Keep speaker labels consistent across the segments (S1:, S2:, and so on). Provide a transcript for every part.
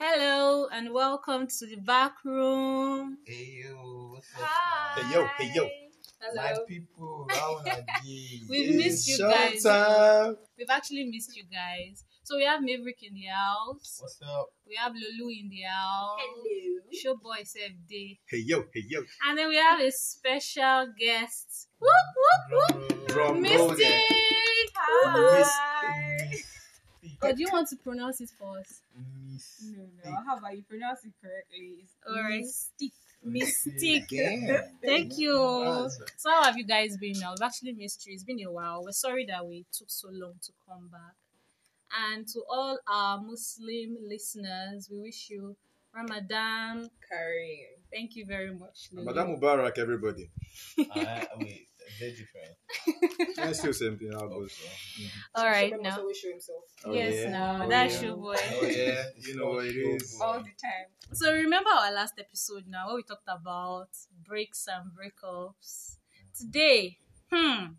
S1: Hello and welcome to the back room.
S2: Hey yo, what's up?
S1: Hi.
S3: Hey, yo, hey, yo.
S2: My
S1: Hello.
S2: people, how are you?
S1: We've missed you
S2: show
S1: guys.
S2: Time.
S1: We've actually missed you guys. So we have Maverick in the house.
S2: What's up?
S1: We have Lulu in the house.
S4: Hello.
S1: Show boy safe day.
S3: Hey yo, hey yo.
S1: And then we have a special guest. Whoop whoop whoop.
S3: Drum roll
S1: Misty.
S3: there.
S4: Hi.
S1: Oh, do you want to pronounce it for us?
S2: Miss.
S4: No, no. How about you pronounce it correctly? It's
S1: All right.
S4: Mystique.
S1: Mystique.
S2: Damn.
S1: Thank you.
S2: That's-
S1: So how have you guys been now? We've actually missed you. It's been a while. We're sorry that we took so long to come back. And to all our Muslim listeners, we wish you Ramadan.
S4: Kareem.
S1: Thank you very much. Lulu.
S3: Madam Uh, Mubarak, everybody.
S2: Ah, wait, they're different. Mm-hmm.
S3: Let's do something. How goes?
S1: All right
S4: Shogun must
S1: now.
S4: always show himself.
S3: Oh,
S1: yes,
S3: yeah.
S1: now.
S3: Oh,
S1: That's
S3: yeah.
S1: your boy.
S3: Oh, yeah. You know what it is.
S4: All the time.
S1: So remember our last episode now where we talked about breaks and breakups. Today, hmm,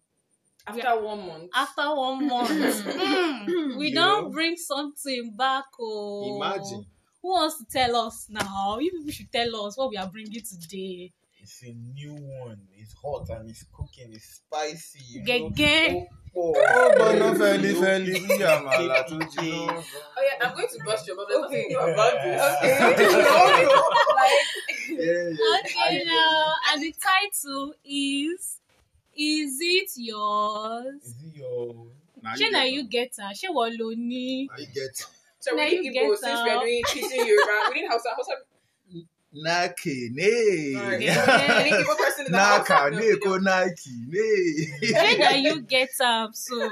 S4: After one month.
S1: after one month, hmm, we
S3: You
S1: don't
S3: know?
S1: bring something back. Oh,
S3: Imagine.
S1: Who wants to tell us now? You people should tell us what we are bringing today.
S2: It's a new one. It's hot and it's cooking. It's spicy. You know?
S1: Gege.
S2: Oh,
S3: Oh,
S2: oh,
S3: but no,
S2: you
S3: fairly,
S2: know?
S3: fairly. We are mala to Jino.
S4: Oh yeah, I'm going to bust your bubble.
S2: Okay.
S4: Okay.
S3: Yeah,
S1: Okay, now, and the title is Is It Yours?
S2: Is it your
S3: Now
S1: She na you get her. She wa lo ni.
S3: I get
S4: so
S1: Now
S4: we
S1: you
S4: did Igbo
S1: get
S4: since
S1: out.
S4: we're doing kissing Yoruba. We didn't Hausa. Hausa.
S3: Nike,
S4: Sorry.
S1: Yeah.
S4: Any
S3: nay.
S4: Igbo person in the house.
S3: Naka,
S4: No, we
S3: Neko,
S4: don't.
S3: Nike, nay.
S1: She na you get her. So,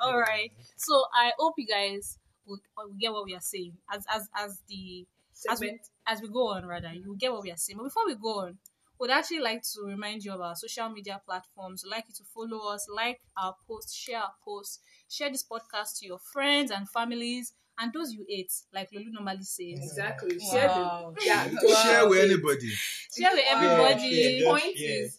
S1: all right. So I hope you guys will, will get what we are saying as as as the as we,
S4: Segment.
S1: as we go on, rather, you get what we are saying. But before we go on, we'd actually like to remind you of our social media platforms. We'd like you to follow us, like our post, share our post, share this podcast to your friends and families and those you hate, like Lulu normally says.
S4: Exactly.
S1: Wow.
S4: Share the- Yeah.
S3: Share with anybody.
S1: Share with
S4: Wow.
S1: everybody.
S4: The
S2: Yeah.
S4: point
S2: Yeah.
S4: is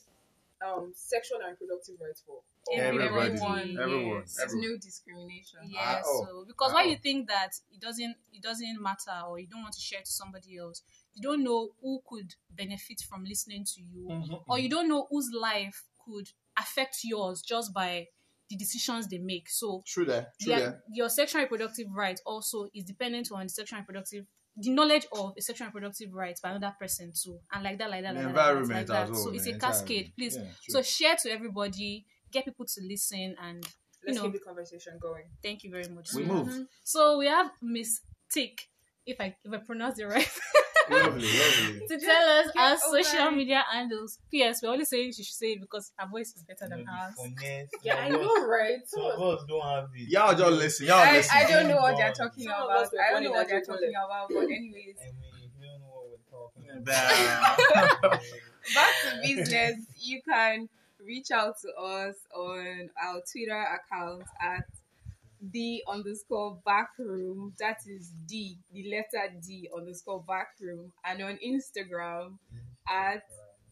S4: um, sexual and reproductive rights for all.
S1: Everybody.
S3: Everyone. Everyone.
S1: Yes.
S3: Everyone.
S4: no discrimination.
S1: Yeah,
S3: Uh-oh.
S1: so because why
S3: Uh-oh.
S1: you think that it doesn't it doesn't matter or you don't want to share to somebody else, you don't know who could benefit from listening to you, or
S3: Mm.
S1: you don't know whose life could affect yours just by the decisions they make. So
S3: True that. True
S1: yeah,
S3: that.
S1: your sexual and reproductive right also is dependent on the sexual and reproductive the knowledge of a sexual and reproductive rights by another person too and like that like that
S3: The
S1: like that, like that,
S3: environment
S1: like
S3: as
S1: that.
S3: well.
S1: so it's a
S3: man,
S1: cascade
S3: entirely.
S1: please
S3: Yeah,
S1: so
S3: true.
S1: share to everybody get people to listen and
S4: Let's
S1: You know.
S4: keep the conversation going.
S1: thank you very much
S3: We
S1: So-
S3: move.
S1: so we have Miss Tick, if I if I pronounce it right,
S3: Lovely, lovely.
S1: to tell us
S4: Get
S1: our
S4: over
S1: social
S4: it.
S1: media handles. P.S. We're only saying she should say it because her voice is better than ours.
S4: Yeah, I know, right?
S2: Some of us don't have it.
S3: Y'all just listen. Y'all
S5: I,
S3: listen.
S5: I don't know what they're
S2: Some
S5: talking
S4: of
S5: about.
S4: us were
S5: I don't
S4: born
S5: know
S4: in
S5: what they're talking
S4: Nigeria.
S5: about. But anyways,
S2: I mean, we don't know what we're talking
S3: Nah.
S2: about.
S5: back to business. You can reach out to us on our Twitter account at the underscore backroom. That is D, the letter D underscore backroom, and on Instagram at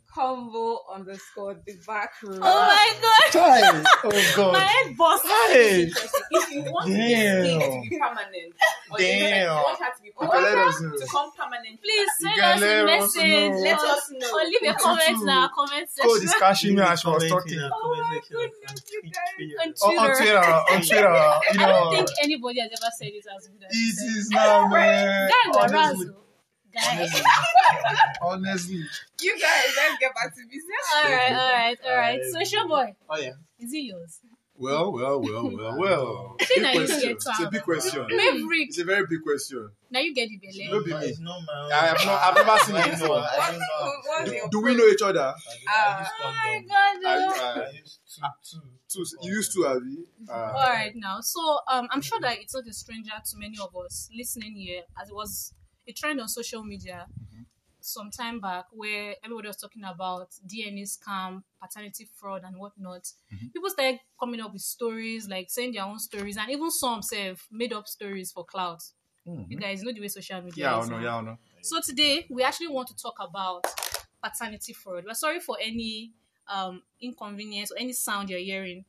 S5: combo underscore the backroom.
S3: Uh,
S1: Oh my god,
S2: Time. Oh
S1: my
S2: God.
S1: head bust.
S2: Time.
S4: if you want
S2: Damn.
S4: this thing to be permanent, or if you
S2: Damn.
S4: want her to be
S3: Okay, let
S4: permanent,
S3: us know.
S4: to come permanent,
S1: Please
S3: You
S1: send
S3: can
S1: us
S3: let
S1: a
S3: us
S1: message.
S3: know.
S4: let us know.
S1: or leave a
S3: Tutu.
S1: comment in our comment
S3: Code
S1: section.
S3: is cashing me as she was
S2: Commenting
S3: talking.
S2: and
S5: Oh my
S2: commenting and
S5: goodness,
S2: tweet-
S5: you guys.
S2: tweet-
S1: On
S3: On, on
S1: Twitter.
S3: Twitter, on Twitter, you
S1: I don't
S3: know.
S1: think anybody has ever said it as good as you
S3: It
S1: said.
S3: is now, man.
S1: Guys, we're
S3: Honestly,
S1: aroused. Guys.
S3: honestly.
S5: You guys, let's get back to business.
S1: Alright, alright, alright.
S2: Um,
S1: Social boy,
S3: Oh yeah.
S1: is it yours?
S3: Well, well, well, well, well.
S1: Shey
S3: Big
S1: na you
S3: question.
S1: get
S3: It's a big question.
S1: Maverick,
S3: It's a very big question.
S1: now you get the Oh belly.
S3: No be me.
S2: It's not my own.
S3: I have not. I've never seen
S2: I
S3: it
S2: don't know.
S3: before.
S2: I don't know.
S5: What's
S3: Do,
S5: your
S3: do we know each other?
S2: I
S5: Ah.
S2: just
S1: Oh my
S2: come down.
S1: god.
S3: I,
S1: oh.
S3: I,
S2: I used to. to-
S3: two, you used to, Abby.
S1: all
S3: Uh,
S1: right now so um i'm sure that it's not a stranger to many of us listening here as it was a trend on social media
S3: Mm-hmm.
S1: some time back where everybody was talking about dna scam paternity fraud and whatnot
S3: Mm-hmm.
S1: people started coming up with stories like saying their own stories and even some self made up stories for clout
S3: Hmm.
S1: you guys know the way social media
S3: Mm-hmm. yeah, I
S1: is
S3: know.
S1: now.
S3: Yeah, I know.
S1: So today we actually want to talk about paternity fraud. We're sorry for any um inconvenience or any sound you're hearing,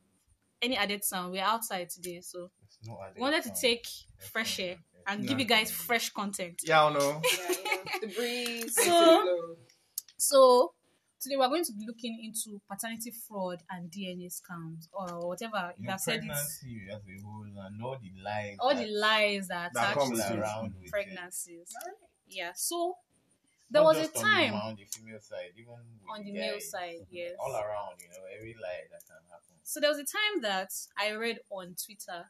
S1: any added sound. We're outside today, so
S2: It's not
S1: we wanted to
S2: Alexa.
S1: take fresh air and give you guys fresh content.
S3: Yeah, I know.
S4: Yeah, yeah.
S6: the breeze.
S1: So-
S6: the
S1: So today we're going to be looking into paternity fraud and DNA scams or whatever. You
S2: Your
S1: have said it.
S2: pregnancy as a whole and all the lies.
S1: All
S2: that
S1: the lies that
S7: That
S1: attach
S7: comes
S1: to
S7: with
S2: around with it.
S1: pregnancies.
S6: Alright.
S1: Yeah. So
S2: Not
S1: there was a
S2: just
S1: time
S2: on the, on the female side, even with
S1: on the
S2: guys.
S1: male side, yes.
S2: all around. You know, every lie that can happen.
S1: So there was a time that I read on Twitter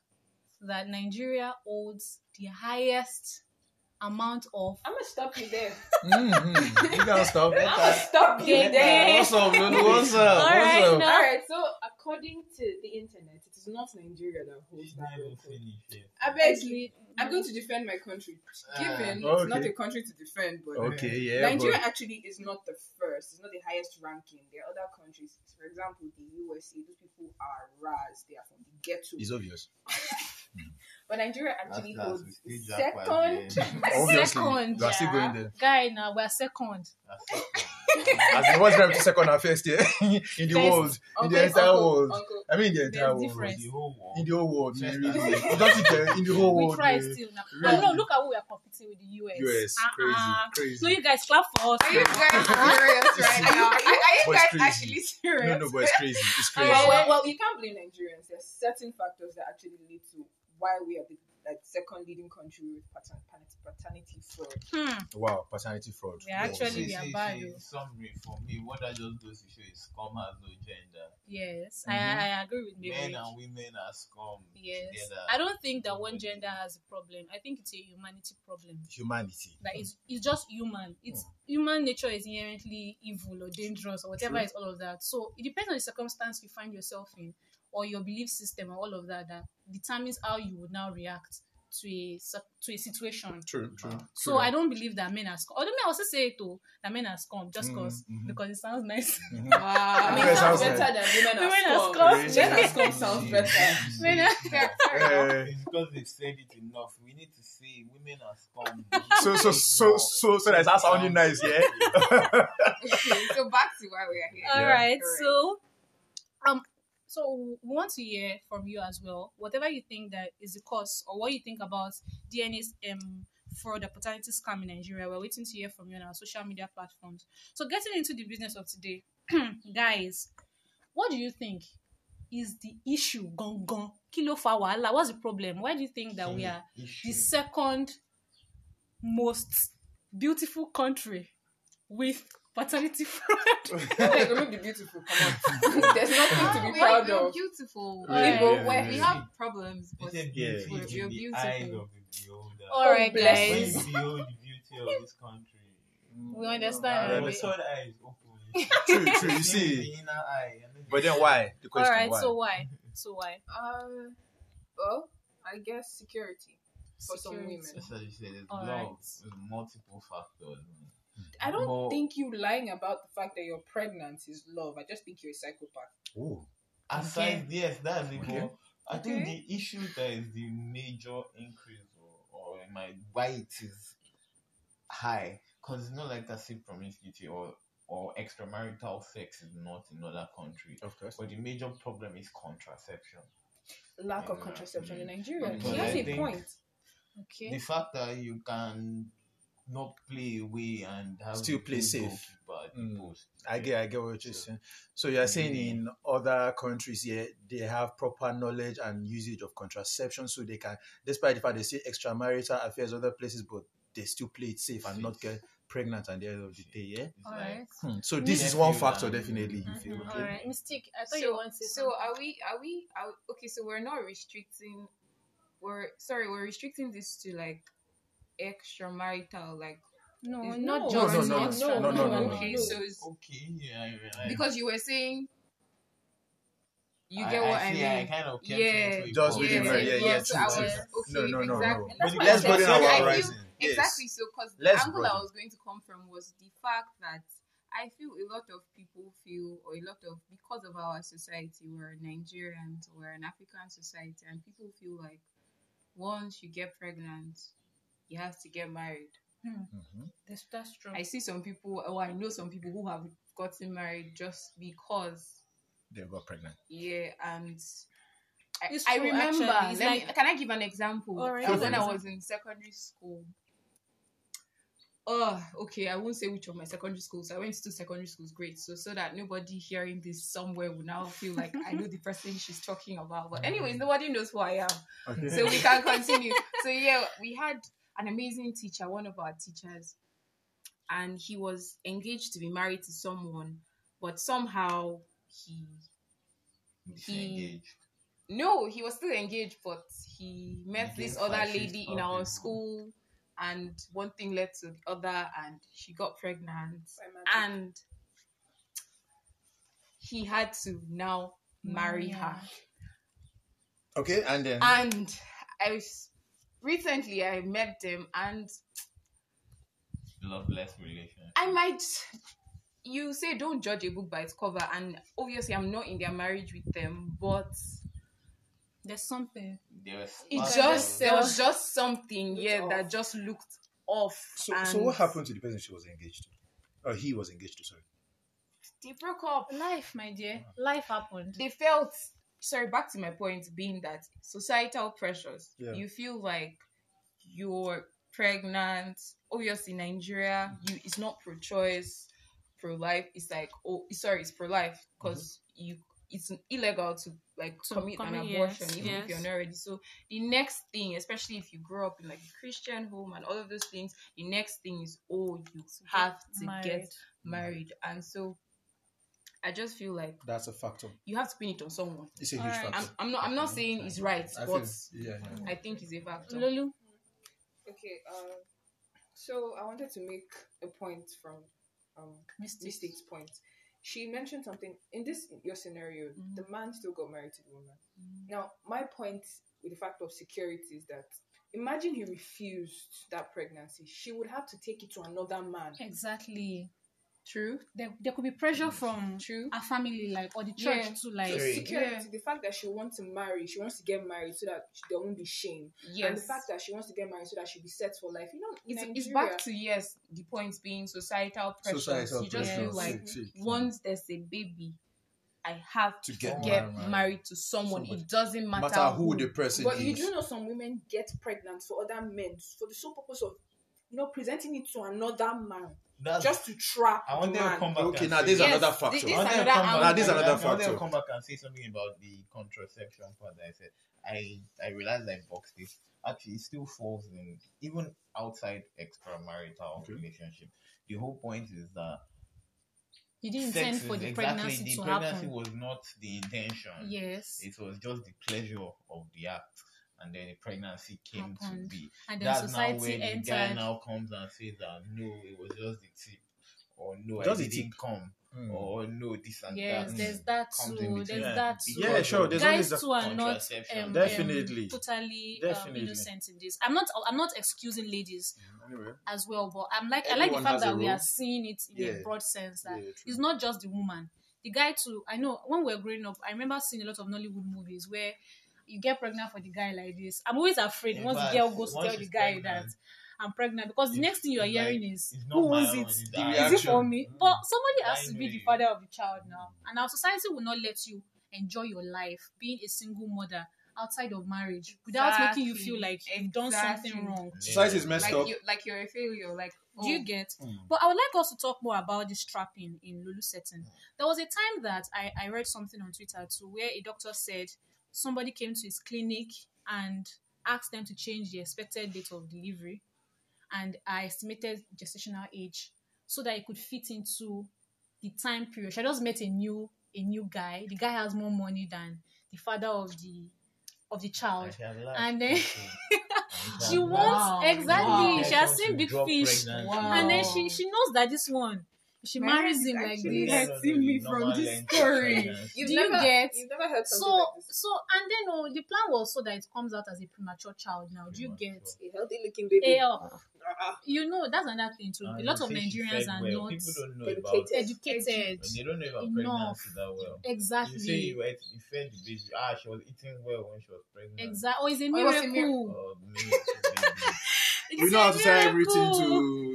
S1: that Nigeria holds the highest amount of
S6: I'm gonna stop you there.
S3: Mm-hmm. You gotta stop.
S6: I'm gonna stop you
S1: Yeah.
S6: there.
S3: What's up, Lulu? What's up?
S1: All
S3: What's
S1: right,
S3: up?
S1: no.
S6: All right. So according to the internet, it is not Nigeria that holds that record. I beg you.
S1: actually
S6: I'm going to defend my country. Given
S7: Ah,
S6: it's not
S7: okay.
S6: a country to defend, but
S3: Okay, yeah.
S6: Nigeria actually is not the first. It's not the highest ranking. There are other countries. For example, the USA. Those people are ras. They are from the ghetto.
S3: but it's obvious.
S6: But Nigeria
S2: That's,
S6: actually
S2: that's,
S6: holds
S2: we still jack by the
S6: second.
S2: end. That's
S3: Obviously,
S1: second,
S3: you are still
S6: yeah.
S3: going there.
S1: guy now we're second.
S2: second.
S3: As in, what's ranked second and first here in the
S1: First.
S3: world, in the entire world. I mean, in the entire
S1: There's
S3: world.
S1: difference.
S2: The whole world.
S3: In the whole world,
S2: First
S3: really.
S2: and second.
S3: You don't think they're in the whole
S1: We
S3: world.
S1: try
S3: eh?
S1: still now.
S3: Really?
S1: But no, look at what we are competing with the US.
S3: US,
S1: Uh-uh.
S3: crazy,
S1: So
S3: crazy.
S1: you guys clap for us.
S4: Are you guys serious right now? Are you, are you
S3: But it's
S4: guys
S3: crazy.
S4: actually serious?
S3: No, no, but it's crazy. It's
S1: All
S3: crazy.
S1: right,
S6: Well,
S1: well,
S6: well, well, you can't blame Nigerians. There are certain factors that actually lead to why we are the like second leading country with patern- paternity, paternity fraud.
S1: Hmm.
S3: Wow, paternity fraud.
S1: We are actually-
S2: See,
S1: they are
S2: see,
S1: bad,
S2: see,
S1: oh.
S2: summary for me, what I just goes to show is scum has no gender.
S1: Yes,
S3: Mhm.
S1: I, I agree with
S2: Men
S1: Mary.
S2: and women are scum
S1: Yes,
S2: together.
S1: I don't think that one gender has a problem. I think it's a humanity problem.
S3: Humanity.
S1: That it's, it's just human. It's human nature is inherently evil or dangerous or whatever is all of that. So it depends on the circumstance you find yourself in or your belief system or all of that that determines how you would now react to a cir- to a situation.
S3: True, true.
S1: So I don't believe that men are scum. Although me I also say it too that men are scum just because
S3: Mhm, mhm.
S1: because it sounds nice.
S4: Wow.
S6: I
S3: Mm.
S6: mean,
S3: Yes,
S6: it
S3: I
S6: sounds
S3: was
S6: better
S3: like-
S6: than women
S1: Women
S6: are
S1: are
S6: scum.
S1: scum.
S6: Women are scum sounds better.
S1: Men are-
S3: Eh,
S2: It's because they've said it enough. We need to say women are scum.
S3: so, so, so, so, so that's sounding nice, yeah?
S4: Okay, so back to why we are here.
S1: All
S3: Yeah.
S1: right,
S4: Correct.
S1: so um so we want to hear from you as well whatever you think that is the cause or what you think about dna's um for the paternity scam in nigeria we're waiting to hear from you on our social media platforms so getting into the business of today guys what do you think is the issue gone gone kilo fa wahala what's the problem why do you think that
S2: Hmm.
S1: we are the second most beautiful country with paternity fraud
S6: like, remove the beautiful. Come on. There's nothing to
S4: Why
S6: be proud
S4: you're
S6: of.
S4: beautiful.
S1: Yeah,
S4: People,
S3: yeah,
S4: where
S3: yeah.
S4: we have problems, but
S2: It's a
S3: Yeah.
S2: beauty
S4: You're
S2: in the
S4: beautiful.
S2: eyes of the beholder.
S1: All right,
S6: Oh, bless
S2: When
S1: guys.
S2: you behold the beauty of this country, mm,
S1: We understand.
S2: your
S3: listen.
S2: third eye is open.
S3: True, true. You see.
S2: the inner eye. and then
S3: But
S2: the-
S3: then why? The
S1: All
S3: question
S1: right.
S3: why?
S1: So why? So why?
S6: Uh, well, I guess security for some
S1: Security.
S6: women.
S2: That's what you said. There's
S1: All
S2: love.
S1: right.
S2: There's multiple factors.
S6: I don't
S2: But-
S6: think you lying about the fact that you're pregnant is love. I just think you're a psychopath.
S3: Ooh.
S2: Aside, yes, that's it.
S3: Okay.
S2: But I think
S4: Okay.
S2: the issue that is the major increase, or, or in my why it is high, because it's not like that. See, promiscuity or or extramarital sex is not in other countries.
S3: Of course.
S2: But the major problem is contraception.
S6: Lack of
S2: Yeah.
S6: contraception in
S2: Mm.
S6: Nigeria.
S2: But
S6: He
S2: I
S6: has a
S2: think-
S6: point.
S1: Okay.
S2: The fact that you can not play away and have
S3: Still
S2: the
S3: play
S2: two
S3: safe.
S2: goalkeeper at the
S3: Mm.
S2: post.
S3: I get, I get what you're
S2: So-
S3: saying. So you are saying
S2: Mhm.
S3: in other countries here they have proper knowledge and usage of contraception, so they can, despite the fact they say extramarital affairs other places, but they still play it safe and not get pregnant at the end of the day. Yeah.
S2: It's
S4: All
S2: like-
S4: right.
S3: Hmm. So this is
S2: Nephew
S3: one factor
S2: and-
S3: definitely.
S2: Mhm.
S4: Mm-hmm.
S3: Okay.
S1: All right. Mystique. I thought
S4: So,
S1: you wanted.
S4: so are we? Are we? Are, okay, so we're not restricting. We're sorry, we're restricting this to like extramarital, like
S1: No,
S4: it's-
S1: not
S3: No,
S1: just.
S3: no, no, no,
S1: extra.
S3: no, no, no, no.
S4: Okay,
S3: no.
S4: so it's,
S2: Okay, yeah, I realize.
S4: because you were saying. You
S2: I-
S4: get what I,
S2: see,
S4: mean.
S2: I kind of kept
S4: Yeah.
S2: it into a
S3: Just
S2: bubble.
S3: within
S4: yeah,
S3: her, yeah, yeah,
S4: So
S3: true,
S4: I
S3: true.
S4: was
S3: No,
S4: okay,
S3: no, no,
S4: exactly.
S3: no.
S4: That's
S2: But
S4: why I
S3: Let's
S4: said-
S3: broaden
S4: I
S3: our
S4: feel-
S3: horizon. Yes.
S4: Exactly. So, because the
S3: Let's
S4: angle I
S3: broaden.
S4: was going to come from was the fact that I feel a lot of people feel, or a lot of, because of our society, we're Nigerians, we're an African society, and people feel like once you get pregnant, you have to get married.
S3: Mhm.
S1: That's, that's true.
S4: I see some people, or I know some people who have gotten married just because,
S3: They got pregnant.
S4: yeah, and. I,
S1: It's
S4: I
S1: true,
S4: remember.
S1: actually. It's
S4: let me-
S1: like-
S4: can I give an example?
S1: All right.
S4: It was When
S3: Go for
S4: I
S1: it.
S4: was in secondary school, oh, okay, I won't say which of my secondary schools. I went to two secondary schools, great. So so that nobody hearing this somewhere will now feel like I know the person she's talking about. But anyways, nobody knows who I am.
S7: Okay.
S4: So we can continue. so yeah, we had an amazing teacher, one of our teachers, and he was engaged to be married to someone, but somehow he
S2: Disengage.
S4: no, he was still engaged, but he met
S2: Again,
S4: this other
S2: fascist
S4: lady in
S2: or
S4: our
S2: people.
S4: school, and one thing led to the other, and she got pregnant,
S6: And
S4: and he had to now marry her.
S2: Okay, and then
S4: And I was, recently I met them, and
S2: loveless relation.
S4: I might. You say don't judge a book by its cover, and obviously I'm not in their marriage with them, but
S1: There's something.
S2: There was
S4: it
S1: Okay.
S4: just there was
S1: Yeah.
S4: just something
S6: Looked
S4: yeah that
S6: off.
S4: just looked off.
S3: So,
S4: and
S3: so what happened to the person she was engaged to? Or he was engaged to, sorry.
S4: They broke up.
S1: Life, my dear. Life happened.
S4: They felt sorry. Back to my point being that societal pressures.
S3: Yeah.
S4: You feel like you're pregnant. Obviously, Nigeria, you it's not pro-choice, pro-life. It's like oh, sorry, it's pro-life because you it's illegal to like
S1: To
S4: commit an
S1: commit,
S4: abortion
S1: yes,
S4: even if you're
S1: yes.
S4: not ready. So the next thing, especially if you grow up in like a Christian home and all of those things, the next thing is oh, you have to get married, and so I just feel like
S3: That's a factor.
S4: you have to pin it on someone.
S3: It's a huge
S1: Alright.
S4: I'm,
S3: factor.
S4: I'm not. I'm not saying it's right,
S3: I
S4: but
S3: feel, yeah, yeah.
S4: I think it's a factor.
S1: Lulu,
S6: okay, um, so I wanted to make a point from um
S1: mistakes.
S6: mistakes point. She mentioned something in this your scenario.
S4: Mm-hmm.
S6: The man still got married to the woman. Now, my point with the fact of security is that imagine he refused that pregnancy, she would have to take it to another man.
S1: Exactly.
S4: True.
S1: There, there could be pressure from
S4: True.
S1: our family, like, or the church
S4: Yeah.
S1: to, like,
S6: So security,
S1: yeah.
S6: the fact that she wants to marry, she wants to get married so that there won't be shame,
S4: Yes.
S6: and the fact that she wants to get married so that she'll be set for life. You know,
S4: it's,
S6: Nigeria,
S4: it's back to yes. The point being societal pressures.
S3: Societal
S4: you just
S3: pressure.
S4: feel like
S3: See, see.
S4: once there's a baby, I have
S3: To
S4: to
S3: get
S4: get,
S3: married.
S4: married, to someone.
S3: Somebody.
S4: It doesn't matter,
S3: matter who the person
S6: but
S3: is.
S6: you do know some women get pregnant for other men for the sole purpose of you know presenting it to another man
S2: That's,
S6: just to trap.
S2: I wanted
S6: the
S2: to
S6: man.
S2: come back.
S3: okay,
S2: and
S3: now
S2: say-
S3: this is
S4: Yes,
S3: another
S4: thi-
S3: factor.
S4: this
S2: I
S4: is
S2: wanted to
S4: another
S2: come back-
S4: angle.
S3: Now, this is
S2: I wanted-
S3: another
S2: I wanted to
S3: factor.
S2: come back and say something about the contraception part that I said. I I realized I boxed it. Actually, it still falls in even outside extramarital
S3: Okay.
S2: relationship. The whole point is that
S1: You didn't
S2: sex
S1: intend
S2: is
S1: for the
S2: exactly
S1: pregnancy
S2: the
S1: to
S2: pregnancy
S1: happen.
S2: was not the intention.
S1: Yes.
S2: It was just the pleasure of the act, and then the pregnancy came to
S1: Happened.
S2: be.
S1: and then
S2: That's now
S1: society
S2: where the guy
S1: entered.
S2: now comes and says that no, it was just the tip, or no,
S3: Just
S2: I
S3: the
S2: didn't
S3: tip.
S2: come,
S3: Mm.
S2: or no, this and
S1: Yes,
S2: that.
S1: there's that
S2: Comes in
S1: too.
S2: between.
S1: There's
S3: Yeah.
S1: that too.
S3: Yeah, sure. There's
S1: Guys
S3: always a
S1: too are not
S2: contraception.
S1: um, um,
S3: Definitely.
S1: totally Um,
S3: Definitely.
S1: innocent in this. I'm not. I'm not excusing ladies
S7: Anyway.
S1: as well, but I'm like I like
S3: Everyone
S1: the fact
S3: has a
S1: that we
S3: role.
S1: are seeing it in
S3: Yeah.
S1: a broad sense that
S3: Yeah, true.
S1: it's not just the woman. The guy too. I know when we were growing up, I remember seeing a lot of Nollywood movies where you get pregnant for the guy like this. I'm always afraid
S2: In
S1: once
S2: fact,
S1: the girl goes to
S2: once
S1: tell the
S2: she's
S1: guy that
S2: pregnant,
S1: I'm pregnant because the
S2: it's-
S1: next thing you're
S2: it's like,
S1: hearing is
S2: it's not
S1: who
S2: my
S1: owns
S2: own,
S1: it?
S2: it's
S3: The
S2: ours.
S1: Is it
S3: reaction.
S1: for me? But somebody
S2: I
S1: has to be
S2: know
S1: the
S2: you.
S1: father of the child now, and our society will not let you enjoy your life being a single mother outside of marriage without making you feel like
S4: Exactly.
S1: you've done something
S4: Exactly.
S1: wrong.
S3: Society is messed
S4: like
S3: up.
S4: you like you're a failure. Like
S1: Do you
S4: oh,
S1: get?
S3: Mm.
S1: But I would like us to talk more about this trapping in Lulu setting. There was a time that I, I read something on Twitter too where a doctor said somebody came to his clinic and asked them to change the expected date of delivery and I estimated gestational age so that it could fit into the time period. She had just met a new a new guy. The guy has more money than the father of the of the
S2: I
S1: child.
S2: have lied.
S1: And then-
S2: I
S1: She
S2: have lied.
S4: Wow.
S1: wants exactly.
S4: Wow.
S1: She has
S2: Intention
S1: seen
S2: to
S1: big
S2: drop
S1: fish,
S2: pregnancy.
S4: Wow.
S1: and then
S6: Oh.
S1: she she knows that this one if she
S4: Marriage
S1: marries
S4: is
S1: him like
S4: actually
S1: this.
S4: like- seen me
S2: No
S4: from
S2: one
S4: this
S2: learns
S4: story.
S2: pregnancy.
S6: You've
S1: Do you
S6: never,
S1: get-
S6: You've never heard something
S1: So
S6: like this.
S1: so and then oh, the plan was so that it comes out as a premature child. Now do you get?
S2: Premature.
S6: A healthy looking baby.
S1: Eh, oh,
S6: Ah,
S1: you know that's another thing too. A
S2: And
S1: lot
S2: Ah, you
S1: of
S2: see, she
S1: Nigerians
S2: fed
S1: are
S2: well.
S1: not
S2: People don't know about.
S6: Educated.
S1: educated.
S2: They don't know about
S1: Enough.
S2: pregnancy that well. You say
S1: Exactly.
S2: you ate, you fed the baby. Ah, she was eating well when she was pregnant.
S1: Exactly. Oh, it's a
S4: Or it was a
S1: miracle.
S2: Oh, maybe it's a baby.
S1: It's
S7: We
S1: a
S7: know how to tie everything
S1: miracle.
S7: to,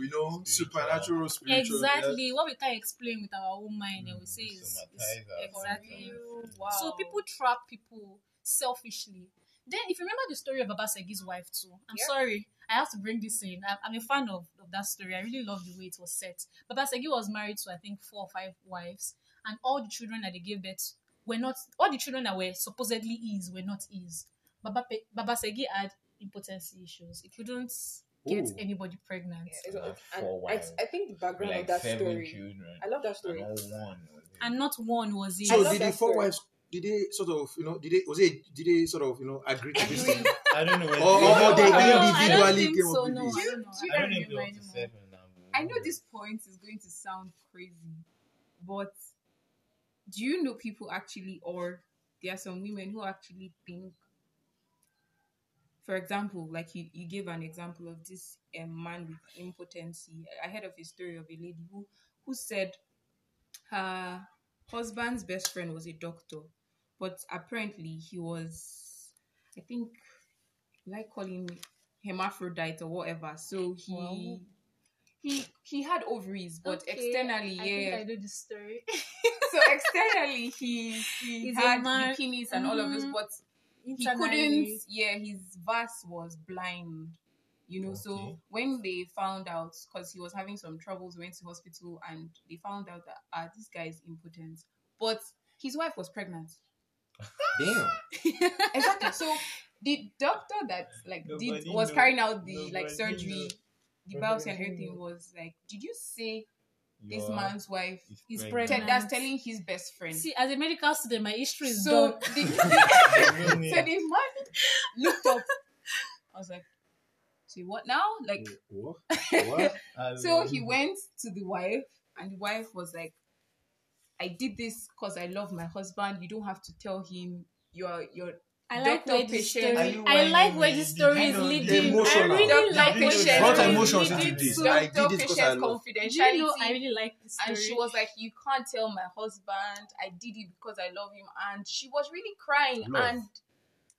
S7: you know, supernatural, spiritual.
S1: Exactly. What we can explain with our own mind and we say is, is
S2: Mm, Somatize our
S1: exactly.
S2: symptoms.
S4: wow.
S1: So people trap people selfishly. Then, if you remember the story of Baba Segi's wife too, I'm
S4: Yeah.
S1: sorry, I have to bring this in. I'm, I'm a fan of, of that story. I really love the way it was set. Baba Segi was married to I think four or five wives, and all the children that they gave birth were not all the children that were supposedly his were not his. Baba Pe- Baba Segi had impotency issues. He couldn't get
S3: Ooh.
S1: anybody pregnant.
S6: Yeah, it's a-
S2: Uh,
S6: and
S2: four
S6: I,
S2: wives.
S6: I think the background
S2: like
S6: of that
S2: seven
S6: story.
S2: children.
S6: I love that story.
S2: And not one was it.
S1: And not one was his.
S6: I
S3: So
S6: love
S3: did the
S6: that
S3: four
S6: story.
S3: wives? Did they sort of you know? Did they was it? Did they sort of you know agree to this thing?
S2: I don't know. whether-
S3: Oh,
S1: No,
S3: oh, they
S1: I don't- I don't
S3: individually
S1: think
S3: came
S1: so.
S3: up with
S1: No, I
S3: this.
S1: don't know.
S4: Do you-
S1: I
S2: I
S1: don't
S2: don't know if
S1: remember
S2: they were to
S1: anymore.
S2: seven now.
S4: I know this point is going to sound crazy, but do you know people actually, or there are some women who actually think, for example, like you, you gave an example of this um, man with impotency. I- I heard of a story of a lady who, who said her husband's best friend was a doctor, but apparently he was, I think, like calling hermaphrodite or whatever. So he
S1: Wow.
S4: he he had ovaries, but
S1: Okay,
S4: externally,
S1: I
S4: yeah.
S1: think I know this story.
S4: so externally, he he
S1: He's a
S4: had
S1: man-
S4: bikinis and all of this,
S1: Mhm.
S4: but he couldn't.
S1: Internally.
S4: Yeah, his vas was blind. You know,
S2: Okay.
S4: so when they found out, because he was having some troubles, went to hospital, and they found out that ah, this guy is impotent, but his wife was pregnant.
S3: Damn.
S4: exactly. So the doctor that like did
S2: Nobody
S4: was
S2: know.
S4: carrying out the like
S2: Nobody
S4: surgery,
S2: know.
S4: the biopsy and
S2: Nobody
S4: everything
S2: know.
S4: was like, did you say
S2: Your
S4: this man's wife
S2: is
S1: is
S4: te-
S1: pregnant.
S4: that's telling his best friend?
S1: See, as a medical student, my history is
S4: so
S1: done.
S4: the,
S2: There's no
S4: so the
S2: need.
S4: man looked up. I was like, see what now? Like,
S3: What? What?
S2: I
S4: so
S2: love
S4: he
S2: it.
S4: went to the wife, and the wife was like, I did this because I love my husband. You don't have to tell him. You're you're
S1: I like
S4: doctor
S1: where this
S4: patient.
S1: story.
S2: Are you
S1: I like
S2: whining
S1: where
S2: me?
S1: this
S2: Did
S1: story
S2: you
S1: is
S2: know the
S1: leading. I
S3: emotional?
S1: really
S4: Doctor
S1: like where this
S4: patient.
S1: story
S3: Brought
S1: is
S3: emotions
S1: leading
S3: into this.
S1: to.
S3: I did it
S4: Doctor
S3: 'cause I
S4: patient
S1: Do
S3: love.
S1: you know?
S4: confidentiality.
S1: I really like this story.
S4: and she was like, "You can't tell my husband. I did it because I love him." And she was really crying.
S3: Love.
S4: And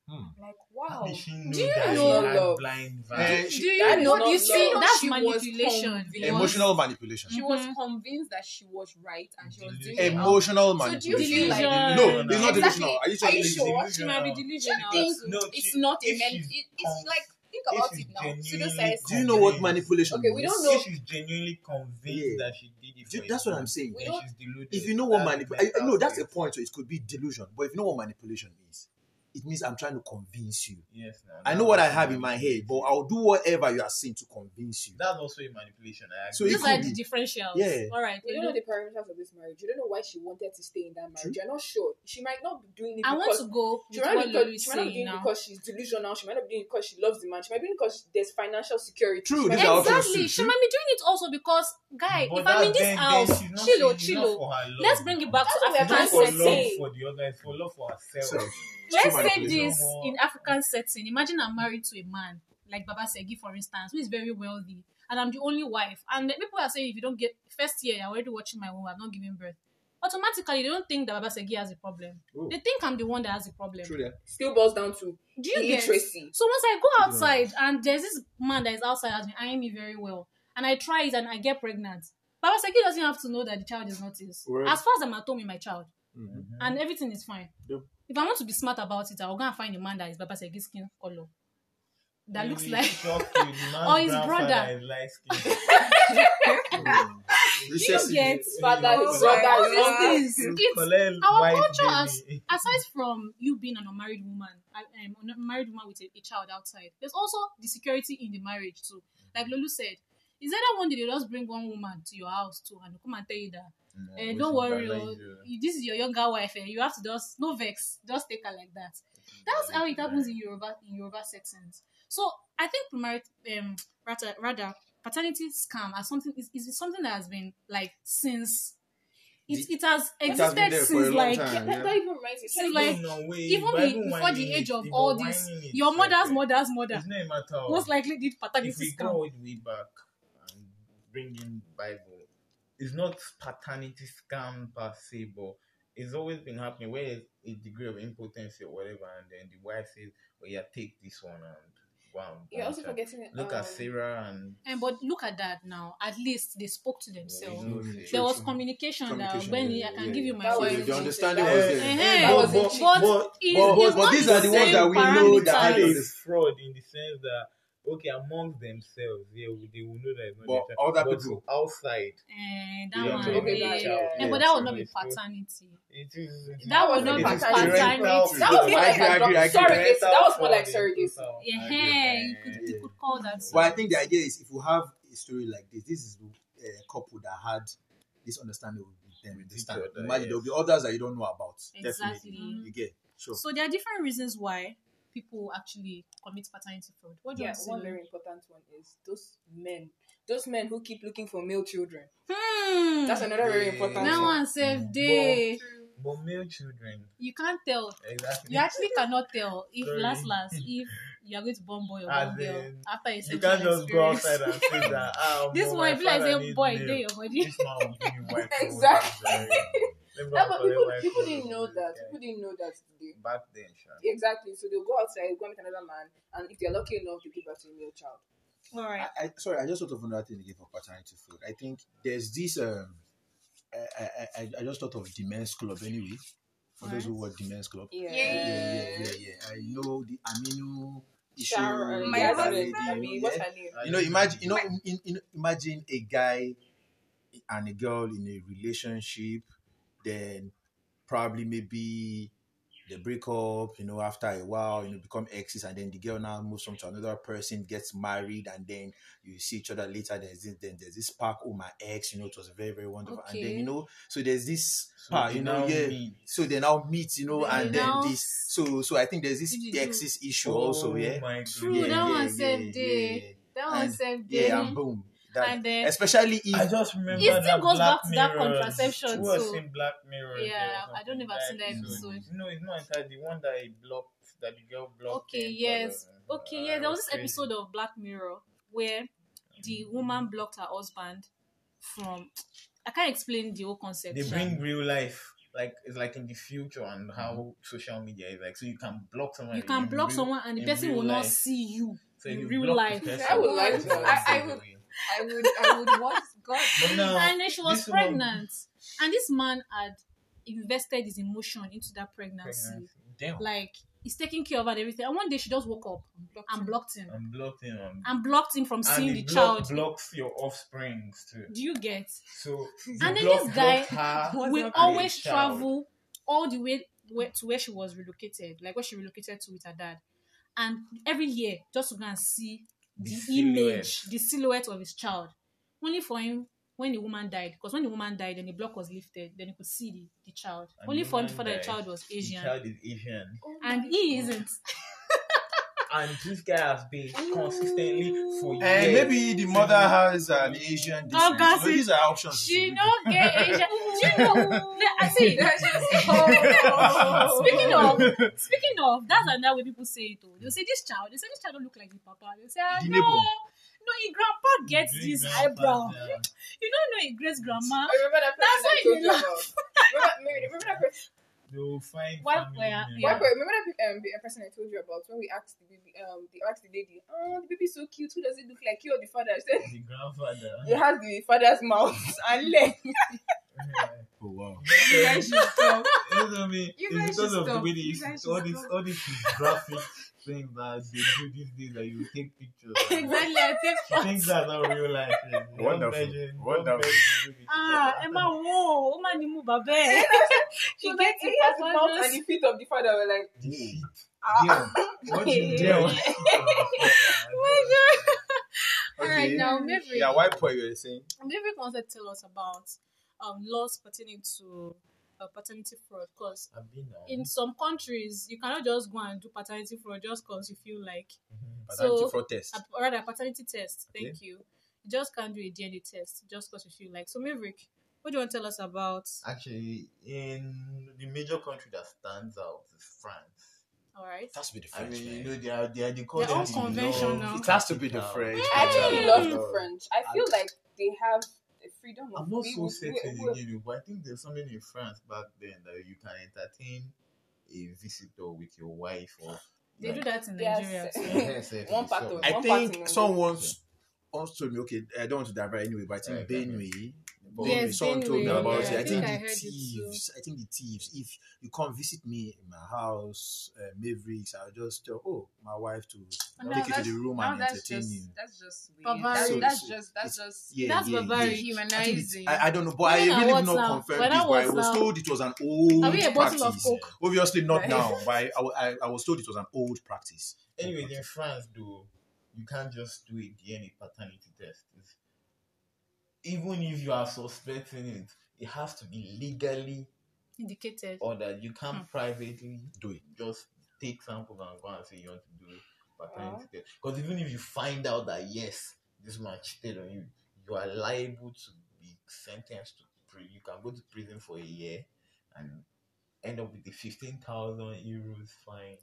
S3: Hmm.
S4: I'm like,
S2: How
S4: wow.
S2: did she know
S1: Do you
S2: that
S1: know-
S2: he had
S6: Love.
S2: blind
S3: Eh,
S2: van?
S1: Do
S3: she-
S1: you
S6: that is
S1: know
S6: not
S1: this?
S6: love.
S1: See, that's
S4: She was
S1: manipulation.
S4: convinced.
S3: Emotional manipulation.
S4: She was
S1: Mhm.
S4: convinced that she was right and she was doing it. out-
S3: Emotional
S4: So do you
S3: manipulation.
S4: feel like-
S3: no, it's not
S4: Exactly.
S3: delusional. Are you sure?
S4: Are you
S3: it's
S4: sure?
S3: delusional?
S1: She might be delusional.
S4: I think
S2: No,
S4: it's
S2: she-
S4: not a
S2: if
S4: men-
S2: she's
S4: it,
S2: con-
S4: It's like think
S2: if
S4: about
S2: she's
S4: it now.
S2: genuinely
S4: Pseudoscience.
S3: Do you know what
S2: Convinced.
S3: manipulation
S6: Okay, we
S3: is?
S6: don't know.
S2: If she's genuinely convinced
S3: Yeah.
S2: that she did it,
S3: Do-
S2: for
S3: that's
S2: his
S3: what
S2: own,
S3: I'm saying.
S4: We
S2: then
S4: don't-
S2: she's deluded.
S3: If you know what
S2: That's
S3: manipulation, no, that's the
S2: mental
S3: point. So it could be delusion. But if you know what manipulation is, it means I'm trying to convince you.
S2: Yes, now,
S3: I know
S2: that's
S3: what I
S2: also
S3: have in my
S2: manipulation.
S3: head, but I'll do whatever you are saying to convince you.
S2: That's also a manipulation. I
S3: So
S2: agree.
S3: it
S1: These are
S3: could
S1: the
S3: be.
S1: differentials.
S3: Yeah.
S1: All right.
S6: You don't know the parameters of this marriage. You don't know why she wanted to stay in that marriage.
S3: True.
S6: You're not sure. She might not be doing it
S1: I want
S6: because
S1: to go
S6: she
S1: with
S6: might, not
S1: what
S6: be
S1: Lulu
S6: because,
S1: is
S6: she might not be
S1: saying
S6: doing it
S1: now.
S6: because she's delusional. She might not be doing it because she loves the man. She might be doing it because there's financial security.
S3: True,
S6: She might
S3: these are
S6: be-
S3: options
S1: Exactly.
S3: too,
S1: She
S3: true.
S1: might be doing it also because, guy,
S2: But
S1: if I'm in
S2: that's
S1: this
S2: then- then
S1: house,
S2: she's not
S1: chilo,
S2: saying- not
S1: chilo.
S2: for her love
S1: Let's bring it
S2: now.
S1: back to
S6: That's what we are
S1: African
S2: Not
S6: trying
S2: for
S6: to
S1: setting.
S2: love
S6: say.
S2: for the other, it's for love for herself.
S3: So,
S1: Let's
S3: true
S1: say
S3: manipulation.
S1: this
S2: Or-
S1: in African setting. Imagine I'm married to a man like Baba Segi, for instance, who is very wealthy, and I'm the only wife. And the people are saying, if you don't get first year, you're already watching my womb, I'm not giving birth. Automatically, they don't think that Baba Segi has a problem.
S3: Oh,
S1: They think I'm the one that has a problem.
S3: true that.
S6: Still boils down to
S1: Do you get?
S6: illiteracy.
S1: So once I go
S3: Yeah.
S1: outside and there's this man that is outside has been eyeing me very well, and I try it and I get pregnant. Baba Seki doesn't have to know that the child is not his.
S3: Right.
S1: As far as I'm at home with my child,
S3: Mhm.
S1: and everything is fine.
S3: Yep.
S1: If I want to be smart about it, I'll go and find a man that is Baba Segi's skin color. That looks
S2: Really
S1: like
S2: shocked you. The man's
S1: Or his
S2: grandfather
S1: brother.
S2: is light-skinned.
S3: Um, recessive.
S1: get-
S6: Father,
S4: Oh
S6: his
S4: my
S6: brother,
S4: God.
S6: his
S1: all
S6: mother.
S1: these things. It's
S2: Collect
S1: our
S2: white
S1: culture as-
S2: baby.
S1: aside from you being an unmarried woman, I am an unmarried woman with a, a child outside. There's also the security in the marriage too. Like Lulu said, is that one day they just bring one woman to your house too and come and tell you that
S2: No,
S1: eh,
S2: we
S1: don't
S2: should
S1: worry,
S2: valorize
S1: oh,
S2: you.
S1: you- this is your younger wife and you have to just no vex, just take her like that. That's how it happens in Yoruba in Yoruba settings. So I think primari- um rather rather paternity scam as something is, is something that has been like since it,
S3: The-
S1: it has
S3: It has been
S1: existed
S3: there for a
S1: since
S3: long
S1: like
S6: Yeah,
S3: time.
S6: that,
S3: Yeah.
S6: that even reminds me.
S1: So,
S6: Like,
S1: like,
S2: no, way,
S1: even
S2: but
S1: be,
S2: even
S1: before
S2: whining
S1: the age
S2: is-
S1: of
S2: even
S1: all
S2: whining
S1: this
S2: is
S1: your mother's
S2: separate.
S1: mother's mother
S2: It's not a matter of
S1: most likely did
S2: if
S1: paternity
S2: we
S1: scam
S2: go all the way back and bring in Bible, it's not paternity scam per se, but it's always been happening where it's a degree of impotency or whatever, and then the wife says, "Well, yeah, take "Oh, this one," and Wow.
S6: You're also
S2: Bonica.
S6: forgetting it.
S2: Look
S6: um,
S2: at Sarah and
S1: And but look at that now. At least they spoke to themselves.
S2: True,
S3: Mm.
S2: true,
S1: There was
S3: true.
S1: communication, now.
S3: Communication,
S1: Benny,
S3: yeah,
S1: I can
S3: yeah,
S1: give you
S3: yeah.
S1: my
S6: That was
S1: word.
S3: The
S6: cheating.
S3: understanding
S6: That
S3: was
S6: was
S3: there.
S6: cheating.
S1: Eh,
S6: That was
S1: but,
S6: a
S3: but-
S6: cheat.
S1: but,
S3: but-
S1: it-
S3: but-
S1: it's
S3: but
S1: not
S3: these
S1: the
S3: are the ones
S1: same
S3: that we know that
S2: and
S3: had
S1: parameters.
S2: a
S3: is-
S2: fraud in the sense that okay amongst themselves yeah we- they will know that it's not
S3: But
S2: their child.
S3: other
S2: but
S3: people-
S2: outside
S1: Eh,
S2: they
S1: that
S2: don't
S1: one.
S2: know
S6: Okay,
S2: it's their
S6: that-
S1: eh,
S6: yeah.
S2: child.
S1: eh, but
S3: Yeah,
S1: that
S2: So
S1: would not be
S2: it's still-
S1: paternity.
S2: it is, it is-
S1: That would
S6: was
S1: not
S2: it
S1: be
S2: is
S6: paternity.
S2: parental
S1: paternity.
S6: That was
S2: fraud.
S6: more like
S3: I agree, I agree,
S6: adop-
S3: I agree.
S6: surrogacy. That was more
S2: Parental
S6: like
S2: fraud in
S6: surrogacy.
S2: total.
S1: Yeah,
S2: I agree.
S1: Eh, you could you
S3: Yeah.
S1: could call that.
S3: But I think the idea is if we have a story like this, this is a couple that had this understanding with them.
S2: With
S3: This
S2: each
S3: time.
S2: other,
S3: Imagine
S2: yes.
S3: there'll be others that you don't know about.
S1: Exactly.
S3: Definitely. You get sure.
S1: So there are different reasons why people actually commit paternity fraud. What do
S6: Yeah,
S1: you say?
S6: one very important one is those men. Those men who keep looking for male children.
S1: Hmm.
S6: That's another very
S2: Yeah.
S6: important
S1: That
S2: Now
S6: one.
S1: one save
S3: Mm.
S1: day.
S2: But male children,
S1: You can't tell.
S2: exactly.
S1: You actually cannot tell if
S2: Sorry.
S1: last last if you are going to born boy or
S2: As
S1: born girl
S2: in,
S1: after a
S2: You can't
S1: sexual
S2: just go
S1: experience.
S2: outside and say that. Ah,
S1: This
S2: omo,
S1: one
S2: my
S1: be like
S2: father
S1: say
S2: needs
S1: boy
S2: milk.
S1: day your body.
S2: This man will give you white clothes.
S6: Exactly.
S2: Let me go
S6: Yeah,
S2: and
S6: but
S2: collect
S6: people,
S2: white
S6: people
S2: clothes.
S6: didn't know that.
S2: Yeah.
S6: People didn't know that today.
S2: Back then, sure.
S6: Exactly. So they'll go outside, go and meet another man, and if they're lucky enough, they give birth to a male child.
S1: All right.
S3: I, I sorry, I just thought of another thing again for paternity fraud. I think there's this um I, I, I, I just thought of the men's club anyway. For those who watch the men's club.
S6: Yeah.
S3: Yeah, yeah,
S4: Yeah.
S3: yeah, yeah. I know the Aminu issue.
S6: Sharon,
S4: My
S3: that
S4: husband,
S3: lady,
S6: I mean, what's
S3: yeah.
S6: her name?
S3: You know, imagine you know, in, in, imagine a guy and a girl in a relationship, then probably maybe they break up, you know, after a while, you know, become exes, and then the girl now moves on to another person, gets married, and then you see each other later. There's this, then there's this spark, oh my ex, you know, it was very, very wonderful. And then you
S1: Okay.
S3: know, so there's this
S2: So
S3: part,
S2: they
S3: you know,
S2: now
S3: yeah.
S2: meet.
S3: So they now meet, you know,
S1: They
S3: and then
S1: now
S3: this. So so I think there's this
S1: Did you do-
S3: exes issue
S2: Oh
S3: also, yeah.
S2: my
S1: True,
S2: goodness.
S1: that one
S3: yeah,
S1: save day.
S3: yeah.
S1: That one
S3: And-
S1: save day.
S3: Yeah, and boom. That,
S1: And then
S3: especially
S2: I
S3: if
S2: just remember
S1: It still
S2: that
S1: goes
S2: Black
S1: back to that
S2: Mirror.
S1: contraception
S2: Who has
S1: too.
S2: seen Black Mirror? there or
S1: Yeah, I don't
S2: something?
S1: know if I've seen that
S2: episode.
S1: episode.
S2: No, it's not entirely the one that he blocked, that the girl blocked.
S1: Okay,
S2: him,
S1: yes.
S2: but, uh,
S1: Okay, yeah,
S2: it
S1: there was this
S2: crazy.
S1: episode of Black Mirror where the woman blocked her husband from. I can't explain the whole concept.
S2: They
S1: sha.
S2: bring real life, like it's like in the future and how social media is like. So you can block someone.
S1: Mm-hmm. you can
S2: in
S1: block
S2: real-
S1: someone and the
S2: in
S1: person
S2: real
S1: will not
S2: life.
S1: see you.
S2: So
S1: in
S2: if you
S1: real
S2: block
S1: life.
S2: this
S6: I
S2: person,
S6: would like
S2: it's
S6: to-
S2: not
S4: I- I
S2: going
S4: would-
S2: away.
S4: I would, I would want God.
S2: But now,
S1: and then she was
S2: this woman-
S1: pregnant. And this man had invested his emotion into that pregnancy.
S2: Pregnancy. Damn.
S1: Like, he's taking care of her and everything. And one day she just woke up and blocked him.
S2: I'm blocked him. I'm
S1: And blocked him from seeing
S2: and
S1: the
S2: the block
S1: child.
S2: blocks your offsprings too.
S1: Do you get?
S2: So the
S1: And then
S2: block
S1: this guy
S2: blocked her
S4: was
S1: will
S4: not
S1: always
S2: and the child.
S1: travel all the way where, to where she was relocated, like where she relocated to with her dad. And every year, just to go and see the,
S2: The
S1: image,
S2: silhouette.
S1: the silhouette of his child. Only for him when the woman died, because when the woman died, then the block was lifted, then he could see the, the child.
S2: And
S1: Only
S2: the
S1: for him to
S2: woman
S1: find that the
S2: died.
S1: child was
S2: The
S1: Asian.
S2: child is Asian.
S1: and he isn't.
S2: And this guy has been consistently for years.
S3: And maybe the mother has an Asian descent.
S1: Oh,
S3: You know,
S1: gossip.
S3: these are options.
S1: She don't get Asian. Do you know? I see.
S4: That's just oh.
S1: Speaking of, speaking of, that's another way people say it. Oh, they say this child, they say this child don't look like his papa. They say ah,
S3: The
S1: no,
S3: neighbor.
S1: no, his grandpa gets
S2: Great
S1: this eyebrow.
S2: grandfather.
S1: You don't know his great grandma.
S6: I remember that person
S1: That's why
S6: I told
S1: you
S6: you
S1: laugh.
S6: about. Remember, remember, remember that person.
S2: They will find
S1: Why-
S2: family
S1: why-
S2: members.
S1: Yeah.
S6: Why, remember that um, the person I told you about when we asked the baby, um, they asked the lady, "Oh, the baby's so cute. Who does it look like? You or the father?" She said,
S2: The grandfather.
S6: "It has the father's mouth and leg."
S3: Oh, wow.
S4: You guys should stop.
S2: You know me.
S4: You
S2: It's
S4: guys
S2: because
S4: should
S2: of the
S4: stop.
S2: way they
S4: You
S2: use
S4: guys should
S2: all these
S4: stop.
S2: all these graphic things that they do these days that you take pictures. and-
S1: Exactly, I take
S2: She
S1: photo.
S2: thinks that's not real life. eh? Don't
S3: Wonderful.
S2: measure- don't
S3: Wonderful.
S2: measure the baby.
S1: Ah, Emma, whoa, Emma, ni mu babe.
S6: She
S1: So that
S6: gets
S1: the
S6: it has the
S1: papa
S6: mouth
S1: knows.
S6: and the feet of the father were like,
S2: Defeat.
S6: ah.
S2: Damn. What you do?
S3: Damn.
S1: Oh my God. All right,
S3: Okay.
S1: now um, maybe
S3: Yeah, why poor you were saying?
S1: David wants to tell us about um, laws pertaining to uh, paternity fraud because
S2: I've been um, now.
S1: in some countries you cannot just go and do paternity fraud just because you feel like
S3: Paternity
S1: So-
S3: fraud test.
S1: a- or rather paternity test thank you you just can't do a dna test just because you feel like so maverick what do you want to tell us about
S2: Actually, in the major country that stands out is France.
S1: all right
S3: That's be the
S2: I
S3: French.
S2: mean, you
S3: man.
S2: know, they are they are they call
S1: They're
S2: them
S1: unconventional.
S2: The love Um,
S3: It has to be the
S2: capital.
S3: French.
S1: Mm.
S6: I actually love the French. I feel
S3: I-
S6: like they have the freedom of
S2: I'm not
S6: we
S2: so
S6: will-
S2: certain
S6: we- we-
S2: again, you know, but I think there's something in France back then that you can entertain a visitor with your wife or
S1: They do that in
S6: Yes.
S1: Nigeria. too.
S2: Yes, yes,
S6: One
S2: yes,
S6: part
S2: so-
S6: of-
S3: I
S6: One
S3: think
S6: person
S3: someone also told me, okay, I don't want to divert anyway, but I
S2: Right,
S3: think
S2: right, right.
S3: Benue,
S2: But-
S1: Yes,
S3: Benue, someone told me
S2: Benue,
S3: about
S2: yeah,
S3: it.
S2: I
S3: I think
S2: think
S1: I
S3: the
S1: heard it too.
S3: thieves, I think the thieves, if you come visit me in my house, uh, Mavericks, I'll just tell, oh, my wife to
S4: No,
S3: take you to
S4: that's-
S3: the room
S4: now
S3: and
S4: that's
S3: entertain
S4: just,
S3: you.
S4: That's just weird.
S1: Barbaric.
S4: That's,
S1: So-
S4: that's
S3: so
S4: just that's
S3: it's-
S4: just
S3: Yeah,
S1: That's
S3: yeah,
S1: barbaric.
S3: yeah. I, think it's-
S4: dehumanizing.
S3: I, I don't know, but
S1: When
S3: I
S1: I
S3: really
S1: was
S3: did not
S1: now-
S3: confirm
S1: when
S3: this,
S1: I
S3: but I
S1: was
S3: was
S1: now-
S3: told it was an old
S1: Are we a bottle of
S3: practice.
S1: Coke?
S3: Obviously not
S6: Right.
S3: now, but I, I, I was told it was an old practice.
S2: Anyways, in France, though, you can't just do a DNA paternity test. It's- even if you are suspecting it, it has to be legally
S1: Indicated.
S2: ordered. You can't
S1: Hmm.
S2: privately
S3: Do it.
S2: just take samples and go and say you want to do paternity test. Because even if you find out that yes, this man cheated on you, you are liable to be sentenced to prison. You can go to prison for a year and end up with the fifteen thousand euros fine.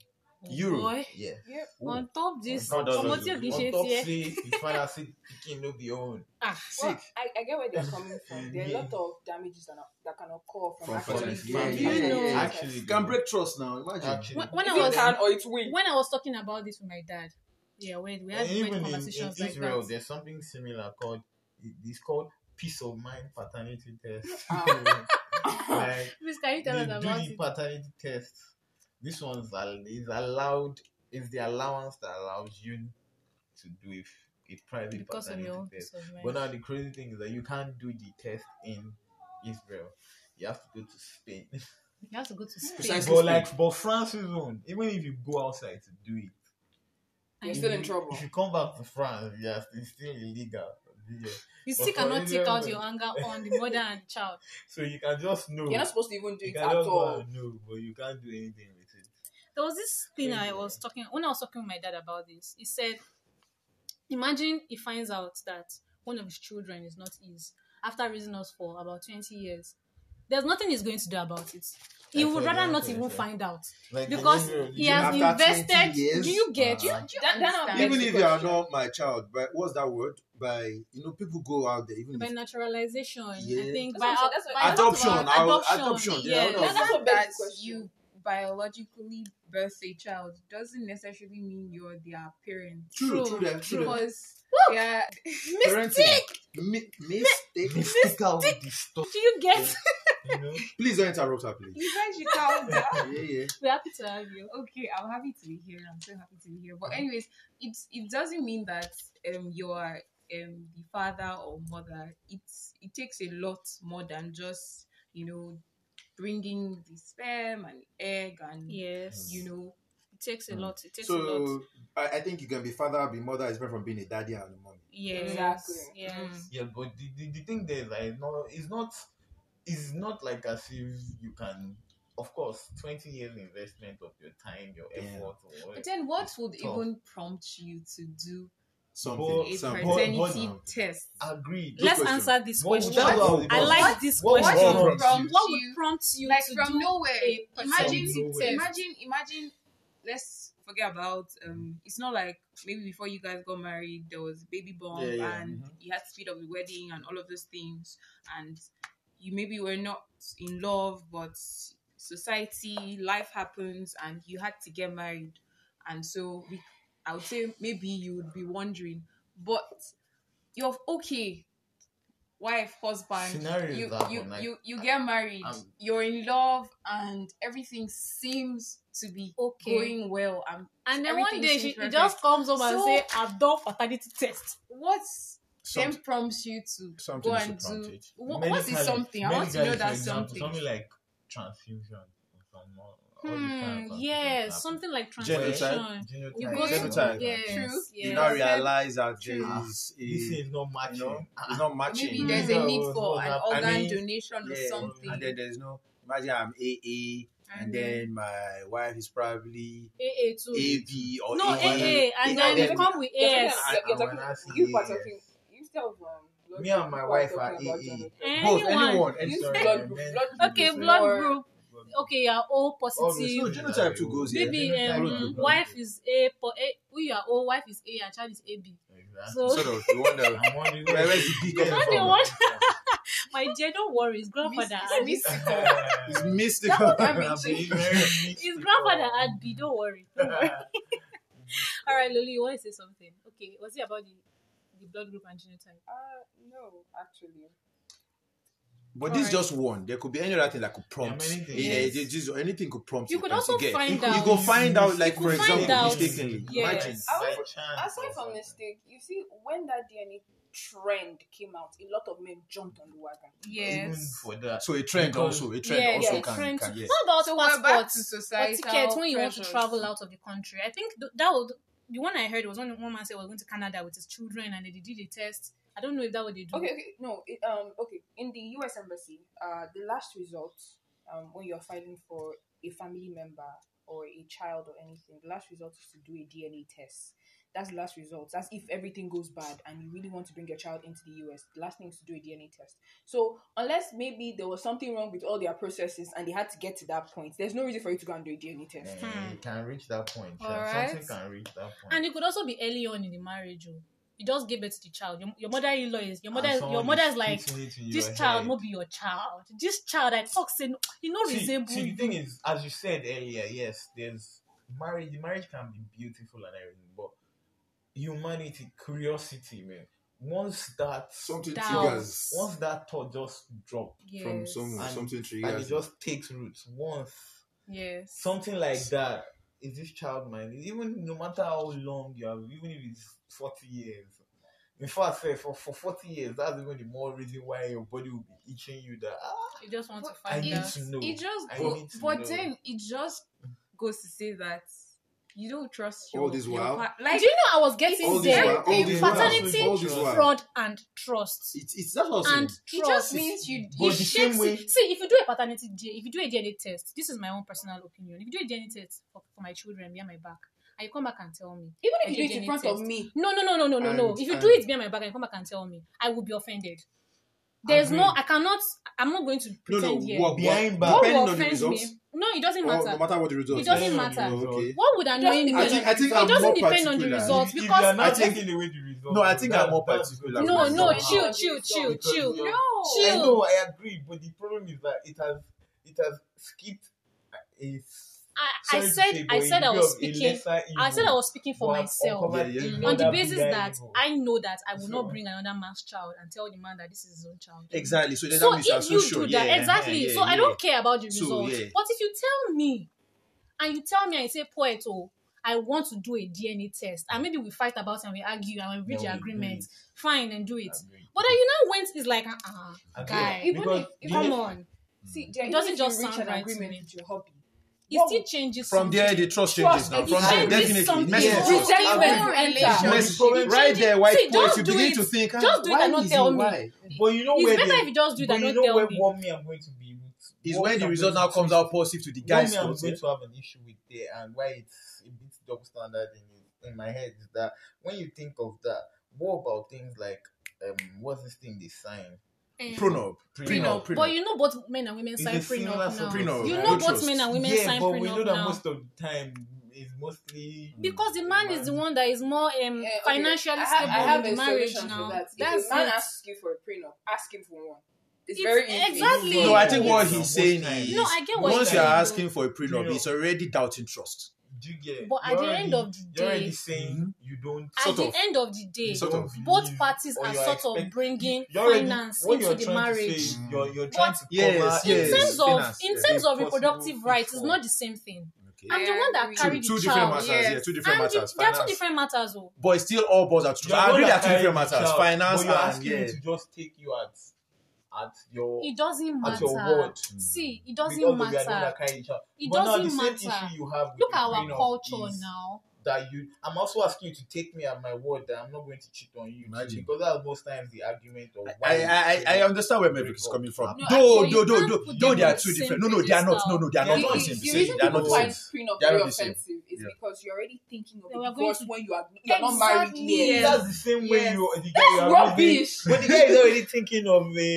S3: Euro.
S1: Oh, Boy,
S2: Yeah.
S6: Yep.
S1: on top this,
S3: God doesn't
S1: promoting
S3: do.
S1: cliches here.
S2: autopsy, you find out say pikin no be own.
S1: Ah,
S6: Well, I, I get where they're coming from. There are a
S2: Yeah.
S6: lot of damages that, are, that can occur from,
S3: From
S6: actually
S3: fertility. Yeah,
S6: doing
S1: yeah,
S6: fertility
S1: yeah.
S6: test.
S2: Actually,
S3: You can break trust now. Imagine.
S2: actually,
S1: when, when
S6: If
S1: I
S6: you
S1: was
S6: can or it's win.
S1: when I was talking about this with my dad, yeah, we we had
S2: and
S1: great
S2: even in, in
S1: conversations like
S2: Israel,
S1: that.
S2: there's something similar called it- it's called peace of mind paternity test.
S6: Ah.
S2: like
S1: Please, can you tell
S2: they
S1: us
S2: do
S1: about
S2: the
S1: it?
S2: paternity test. This one's al- is allowed. Is the allowance that allows you to do a, f- a private
S1: Because of
S2: paternity
S1: your own
S2: test.
S1: peace of mind.
S2: But now the crazy thing is that you can't do the test in Israel. You have to go to Spain.
S1: You have to go to Spain.
S3: Precisely.
S2: but like, but France's own. Even if you go outside to do it,
S6: You're
S1: And
S6: still
S1: you-
S6: in trouble.
S2: if you come back to France, yes, it's still illegal. Yeah.
S1: You
S2: But
S1: still
S2: for
S1: cannot take out
S2: Israel-
S1: your anger on the mother and the child.
S2: So you can just know.
S6: You're not supposed to even do
S2: you
S6: it
S2: can
S6: at
S2: just go
S6: all.
S2: and know, but you can't do anything with it.
S1: There was this thing I was talking when I was talking with my dad about this. He said, "Imagine he finds out that one of his children is not his after raising us for about twenty years. There's nothing he's going to do about it. He
S2: That's
S1: would
S2: what
S1: rather
S2: I'm
S1: not
S2: saying,
S1: even
S2: sir.
S1: find out
S2: Like in
S1: because
S2: Israel,
S1: he
S2: you
S1: has
S2: don't-
S3: after 20
S1: invested. Do
S3: years? ah,
S1: you get?
S2: Uh-huh.
S1: you, that, that
S4: understand?
S1: begs
S3: even
S1: the
S3: if you are
S1: question.
S3: not my child, but what's that word? By you know, people go out there, even
S1: by
S3: if
S1: naturalization, I
S3: Yeah.
S1: think
S6: That's
S1: by,
S6: what I'm saying, that's what-
S1: by
S3: Adoption,
S1: adoption,
S3: our-
S1: adoption,
S3: adoption, yeah,
S1: yeah,
S3: all
S1: that-
S3: of
S1: that's
S6: them.
S1: what
S4: fact
S6: begs the
S4: that
S6: question.
S4: you biologically birth a child doesn't necessarily mean you're their parent.
S1: True,
S3: true, true, them, true. them.
S4: Because yeah,
S3: Parenting. Mi- mistake.
S2: mystical with the stuff,
S1: do you get?
S2: you know?
S3: Please don't interrupt her, please.
S4: you guys should calm down.
S3: Yeah, yeah.
S1: We're happy to have you.
S4: okay i'm happy to be here i'm so happy to be here
S1: Mm.
S4: but anyways it it doesn't mean that um you're um the father or mother it's it takes a lot more than just you know bringing the sperm and egg and
S1: Yes,
S4: you know
S1: it takes a
S3: Mm.
S1: lot. It takes a lot.
S3: So I, I think you can be father, be mother, is different from being a daddy and a mommy.
S1: Yes,
S6: Exactly.
S1: Yes.
S4: Mm.
S2: Yeah, but the, the, the thing there is that it's not it's not it's not like as if you can of course twenty years investment of your time, your
S3: Yeah.
S2: effort or whatever.
S4: but then what would
S2: Tough.
S4: even prompt you to do
S3: Something.
S4: a
S2: Some-
S3: something.
S2: but-
S4: paternity
S2: but-
S4: test
S2: Agreed.
S1: Let's
S3: question.
S1: answer this
S2: What-
S1: question.
S2: that's what
S1: I
S2: was-
S1: like this
S2: what was
S1: question.
S3: What
S2: wrong
S3: would
S2: with
S4: prompt
S2: you?
S1: What would
S4: you-
S1: prompt you
S4: like
S1: to
S4: from
S1: do
S4: nowhere.
S1: a
S4: Imagine,
S1: paternity
S2: nowhere.
S1: test?
S4: imagine, imagine. Let's forget about. Um, it's not like maybe before you guys got married, there was baby bump
S3: Yeah, yeah, Mm-hmm.
S4: and you had to speed up the wedding and all of those things, and you maybe were not in love, but society, life happens, and you had to get married, and so we, I would say maybe you would be wondering, but you're okay. Wife, husband,
S2: Scenarios
S4: you
S2: happen,
S4: you,
S2: like-
S4: you you get married,
S2: Um,
S4: you're in love, and everything seems to be
S1: Okay.
S4: going well. um, And
S1: and then one
S4: everything
S1: day
S4: seems
S1: she he
S4: perfect.
S1: just comes up and
S4: So-
S1: say, "I've done paternity test."
S4: what
S3: Some-
S4: then prompts you to
S3: something
S4: go
S3: is
S4: and
S3: prompted.
S4: do? What,
S2: Many
S4: what is
S2: times-
S4: something? I
S2: many
S4: want to know
S2: times, for
S4: that
S2: example,
S4: something.
S2: Something like transfusion. or some- all these kind
S1: Hmm.
S2: of
S1: Yeah,
S2: transfusions happen.
S1: something like
S3: Genotype.
S1: translation.
S2: Genotype.
S1: You
S4: Genotype.
S1: go to
S3: Genotype.
S1: yes,
S4: True.
S1: yes.
S3: You now
S4: Yeah.
S3: realize that there
S4: True.
S3: is
S2: This
S3: a,
S2: thing
S3: you
S2: is not matching.
S3: know,
S2: Ah,
S3: it's not matching.
S4: Maybe
S1: Hmm.
S4: there's
S2: Yeah,
S4: a need
S2: what's
S4: for
S2: going
S4: an
S2: on?
S4: organ
S3: I mean,
S4: donation or
S3: Yeah,
S4: something.
S3: and then there's no. Imagine I'm AA, and
S4: And
S3: then my wife is probably
S1: AA too.
S3: AB or
S1: No,
S3: AA,
S1: AA, and
S3: You
S1: then
S3: know,
S1: you come with AS.
S2: I-
S6: You're
S2: I
S6: talking,
S2: wanna see
S6: you are
S2: yes.
S6: talking, instead of um, blood
S2: Me and
S6: group,
S2: my
S6: you
S2: wife are
S6: talking about
S2: AA.
S6: gender
S1: Eh?
S6: type.
S3: both
S1: Anyone.
S3: E anyone.
S6: Use
S2: Sorry,
S6: blood
S2: I
S6: group.
S2: meant-
S6: Blood group.
S1: Okay,
S2: Sorry.
S1: blood
S6: Or-
S1: group. Okay, you are all positive.
S3: No, genotype too goes here.
S1: Maybe
S2: Yeah.
S1: um,
S2: Blood group, blood
S1: wife
S2: group.
S1: is A, po- A, we are all wife is A and child is AB.
S2: Exactly.
S1: So
S3: Sort of the one that.
S2: I'm wondering
S3: Where- where's the B coming
S2: Yeah.
S1: from?
S2: Yeah.
S1: my dear, don't worry, his grandfather
S4: Miss-
S1: had
S4: miss-
S3: It's mystical.
S4: That would have been
S2: I'm being very
S1: his
S2: mystical.
S1: grandfather had B. Don't worry, don't worry. All right, Lulu, you want to say something? Okay, was it about the, the blood group and genotype?
S6: Uh, no, actually.
S3: But this is
S1: Alright.
S3: just one. There could be any other thing that could prompt.
S2: There are many things.
S3: Yeah,
S1: Yes.
S3: it- just- anything could prompt.
S1: You could also
S3: get.
S1: find
S3: you, could-
S1: out.
S3: You could find out, like
S1: could
S3: for
S1: find
S3: example,
S1: out.
S3: mistakenly.
S1: Yes.
S3: Imagine.
S6: I
S2: By
S6: would-
S2: chance or
S6: Aside from
S2: something.
S6: mistake, you see, when that DNA trend came out, a lot of men jumped on the wagon.
S2: Even
S1: Yes.
S2: for that.
S3: So a trend
S2: Because-
S3: also, a trend
S1: yeah,
S3: also
S1: yeah,
S3: can,
S1: trend.
S3: can yes.
S1: What about
S4: So we're back to
S1: passports or
S4: societal
S1: tickets when you want to
S4: pressures.
S1: travel out of the country? I think th- that would the one I heard was when one man said was going to Canada with his children and they did a test. I don't know if that what they do.
S6: Okay, okay, no, it, um, okay. In the U.S. embassy, uh, the last result, um, when you're filing for a family member or a child or anything, the last result is to do a DNA test. That's the last result. That's if everything goes bad and you really want to bring your child into the U.S. The last thing is to do a DNA test. So unless maybe there was something wrong with all their processes and they had to get to that point, there's no reason for you to go and do a DNA test.
S2: Eh, You can reach that point.
S4: All
S2: yeah.
S4: right.
S2: Something can reach that point.
S1: And it could also be early on in the marriage. Oh. You just gave birth to the child. Your, your mother-in-law is your
S2: And
S1: mother. Your
S2: someone
S1: mother
S2: is
S1: is like
S2: putting it in
S1: this
S2: your
S1: child
S2: head.
S1: will be your child. This child I talk say no- you know
S2: See,
S1: resemble
S2: see, the
S1: you.
S2: thing is, as you said earlier, yes, there's marriage. The marriage can be beautiful and everything, but humanity, curiosity, man. Once that
S7: Something
S1: Down.
S7: triggers
S2: once that thought just drop
S7: from
S1: Yes.
S7: someone.
S2: And-
S7: Something
S2: and it
S7: triggers.
S2: just takes roots. Once
S1: Yes.
S2: something like that is this child mine? Even no matter how long you have, even if it's forty years. In fact, say, for for forty years, that's even the more reason why your body will be itching you. That ah,
S1: You just want to
S4: But
S2: I
S1: find
S2: need
S1: out.
S2: to know.
S4: It just
S2: I
S4: go,
S2: need to
S4: but
S2: know.
S4: then it just goes to say that you don't trust your
S7: All this
S4: your
S7: while?
S4: par-
S1: Like,
S4: like
S1: Do you know I was getting
S7: All this
S1: there?
S7: while, all this while,
S1: Infertility,
S7: all this while.
S1: fraud, and trust.
S3: It's it's that's what I'm
S1: And
S3: saying.
S4: it
S1: trust
S4: just means you
S2: But
S4: you
S2: the
S4: shake
S2: same way,
S1: See, if you do a paternity, D- if you do a DNA test, this is my own personal opinion. If you do a DNA test for, for my children behind my back, and you come back and tell me,
S6: Even
S1: I did
S6: if you do it in
S1: DNA
S6: front of
S1: test.
S6: me,
S1: no, no, no, no, no, no, no.
S7: And-
S1: If you
S7: and-
S1: do it behind my back and you come back and tell me, I will be offended. There's no,
S2: Agreed.
S1: I cannot, I'm not going to
S7: No, no.
S1: pretend here.
S7: What,
S2: Behind
S7: what,
S2: back.
S1: What
S7: depending
S1: will
S7: on the
S1: offend
S7: results.
S1: me? No, it doesn't
S7: Or no
S1: matter.
S7: matter what the results.
S1: It doesn't
S2: Depending on
S1: matter.
S2: the result.
S7: Okay.
S1: What would annoy me?
S6: doesn't-
S7: I think I think
S1: it
S7: I'm
S1: doesn't
S7: more
S1: depend on the
S7: particular.
S1: results
S2: If- if
S1: because
S2: you are not
S1: I
S3: think-
S2: taking away the result,
S3: No, I think
S2: that-
S3: I'm more
S2: that's
S3: particular
S2: because
S1: no,
S3: with
S1: no,
S3: somehow.
S1: chill, chill, chill,
S2: Because
S1: chill,
S2: you-
S4: no.
S2: I
S1: chill.
S2: know, I agree, but the problem is that it has it has skipped. It's
S1: I, I
S2: sorry to
S1: said,
S2: say,
S1: I
S2: but
S1: said I
S2: a
S1: was
S2: degree of a
S1: speaking.
S2: lesser
S1: I said I
S2: evil,
S1: was speaking for
S2: but
S1: myself.
S2: uncovered
S7: Yeah, yeah.
S2: another
S1: on the
S2: bigger
S1: basis that
S2: evil.
S1: I know that I will
S2: So-
S1: not bring another man's child and tell the man that this is his own child.
S3: Exactly. So then
S1: So
S3: that means you're
S1: if
S3: so
S1: you
S3: sure.
S1: do that,
S3: yeah, yeah,
S1: exactly.
S3: yeah,
S1: so I
S3: yeah.
S1: don't care about the
S3: So,
S1: result.
S3: yeah.
S1: But if you tell me and you tell me and you say, Poeto, I want to do a DNA test, and maybe we fight about it and we argue and we reach an
S2: Then we do
S1: agreement,
S2: it.
S1: fine, then do it.
S2: Agree.
S1: But then you now went, it's like, uh uh
S2: Agree.
S1: guy,
S6: even
S2: Because you-
S6: if-
S1: come on.
S3: Mm.
S6: see, Jay,
S1: It doesn't
S6: even if
S1: just
S6: you reach
S1: sound
S6: an
S1: right to
S6: agreement
S1: me.
S6: with your hobby.
S1: It
S6: what
S1: still changes
S3: From
S1: something.
S3: there, the trust changes
S6: Trust,
S3: now.
S6: it
S3: From there,
S1: changes
S3: definitely.
S1: something.
S3: Message
S1: It
S3: trust.
S1: changes
S6: resentment
S4: Every
S6: enters.
S4: relationship.
S3: Message-
S2: Problem-
S3: Right there,
S1: See,
S3: white boys,
S1: just
S3: you
S1: do
S3: begin
S1: it.
S3: to think. ah,
S1: Just do it
S3: why
S1: and not
S3: is
S1: tell
S3: it?
S1: me.
S3: Why?
S2: but you know
S1: It's
S2: where
S1: better
S2: the-
S1: if you just do it
S2: but
S1: and
S2: you
S1: not
S2: know
S1: tell
S2: where
S1: me.
S2: what me I'm going to be with
S3: Is
S2: what
S3: when
S2: me
S3: the
S2: I'm
S3: result
S2: going to
S3: now comes
S2: twist
S3: out positive to the
S2: One
S3: guy's
S2: thing I'm
S3: thoughts.
S2: going to have an issue with there and why it's a bit double standard in, in my head is that when you think of that, what about things like um what's this thing they sign?
S1: Eh.
S3: Prenup. Prenup.
S1: prenup.
S3: Prenup.
S1: But you know both men and women
S2: It's
S1: sign
S2: a similar
S1: prenup now.
S2: sort of-
S3: Prenup.
S1: You know
S2: Yeah.
S3: No
S1: both
S3: trust.
S1: men and women
S2: Yeah,
S1: sign
S2: but we know
S1: prenup
S2: that
S1: now.
S2: most of the time is mostly
S1: Because the man is the one that is more um,
S6: Yeah, okay.
S1: financially
S6: I
S1: stable
S6: have, I have
S1: in
S6: a
S1: the marriage
S6: solution
S1: now.
S6: for that.
S1: That's
S6: if a man
S1: it.
S6: asks you for a prenup, ask him for one. It's,
S1: It's-
S6: very easy.
S1: exactly.
S3: No, I think
S1: It's-
S3: what
S2: Yeah,
S3: he's
S2: most
S3: saying
S2: times.
S3: is
S1: No, I get what
S3: once
S1: you're
S3: you're
S1: saying.
S3: asking for a prenup,
S2: Prenup.
S3: it's already doubting trust.
S2: Do you get
S1: But at
S2: you're
S1: the end
S2: already-
S1: of the
S2: you're already
S1: day-
S2: saying
S3: Mm-hmm.
S2: you don't
S1: At
S3: Sort
S1: the
S3: of.
S1: end of the day,
S3: Sort of.
S2: don't
S1: both
S2: believe
S1: parties
S2: or
S1: are
S2: you're
S1: sort of
S2: expect-
S1: bringing
S2: you're already-
S1: finance
S2: what
S1: into
S2: you're
S1: the
S2: trying to say
S1: marriage.
S2: is you're you're
S1: But
S2: trying to cover
S3: Yes,
S1: in
S3: yes.
S1: terms of
S3: finance,
S1: in
S3: yeah.
S1: terms of
S2: Possible
S1: reproductive rights, it's
S2: pitfall.
S1: not the same thing.
S3: Okay.
S1: I'm the
S4: I
S1: one that
S4: agree.
S1: carried
S3: Two,
S1: the
S3: two different
S1: child.
S3: matters.
S4: yes.
S3: Yeah, two different
S1: And the,
S3: matters.
S1: there are two
S3: Finance.
S1: different matters, oh. though.
S3: But still, all balls are true.
S2: You're
S3: I
S2: not
S3: agree there are two
S2: carrying
S3: different
S2: the
S3: matters.
S2: child,
S3: Finance
S2: but you're
S3: and
S2: asking
S3: yeah.
S2: me to just take you at at your
S1: It doesn't
S2: at your
S1: matter.
S2: word.
S1: See, it
S2: because
S1: doesn't
S2: we are the one
S1: matter.
S2: that carry the child.
S1: It
S2: but now the
S1: doesn't
S2: same
S1: matter.
S2: issue you have with
S1: Look
S2: the
S1: at our
S2: prenup
S1: culture
S2: is
S1: now.
S2: that you I'm also asking you to take me at my word that I'm not going to cheat on you.
S3: Imagine.
S2: Because that's most times the argument of why
S3: I, I, I I
S2: am
S3: understand where Maverick is
S2: Break up.
S3: coming from.
S1: No,
S3: though,
S1: actually,
S3: though,
S1: you
S3: though,
S1: can't
S3: though,
S1: put
S3: though
S1: them
S3: they
S1: on
S3: are
S1: the
S3: two
S1: same
S3: different. No, no, they are not. No, no, they are
S2: They are
S3: not
S2: not
S3: on the
S2: the same.
S3: same.
S6: the
S3: vicinity.
S6: reason
S3: They are not
S6: people
S3: the
S6: find
S3: same.
S6: prenup
S3: They are
S6: very
S3: not the same.
S6: offensive is
S3: Yeah.
S6: because you're already thinking of
S1: They were
S6: a
S1: going
S6: divorce
S1: to-
S6: when you are you're not married
S1: Exactly.
S6: yet.
S4: Yes.
S2: That's the same way
S4: Yes.
S2: you the guy you are
S6: That's
S2: reading.
S6: rubbish.
S2: But the guy is already thinking of the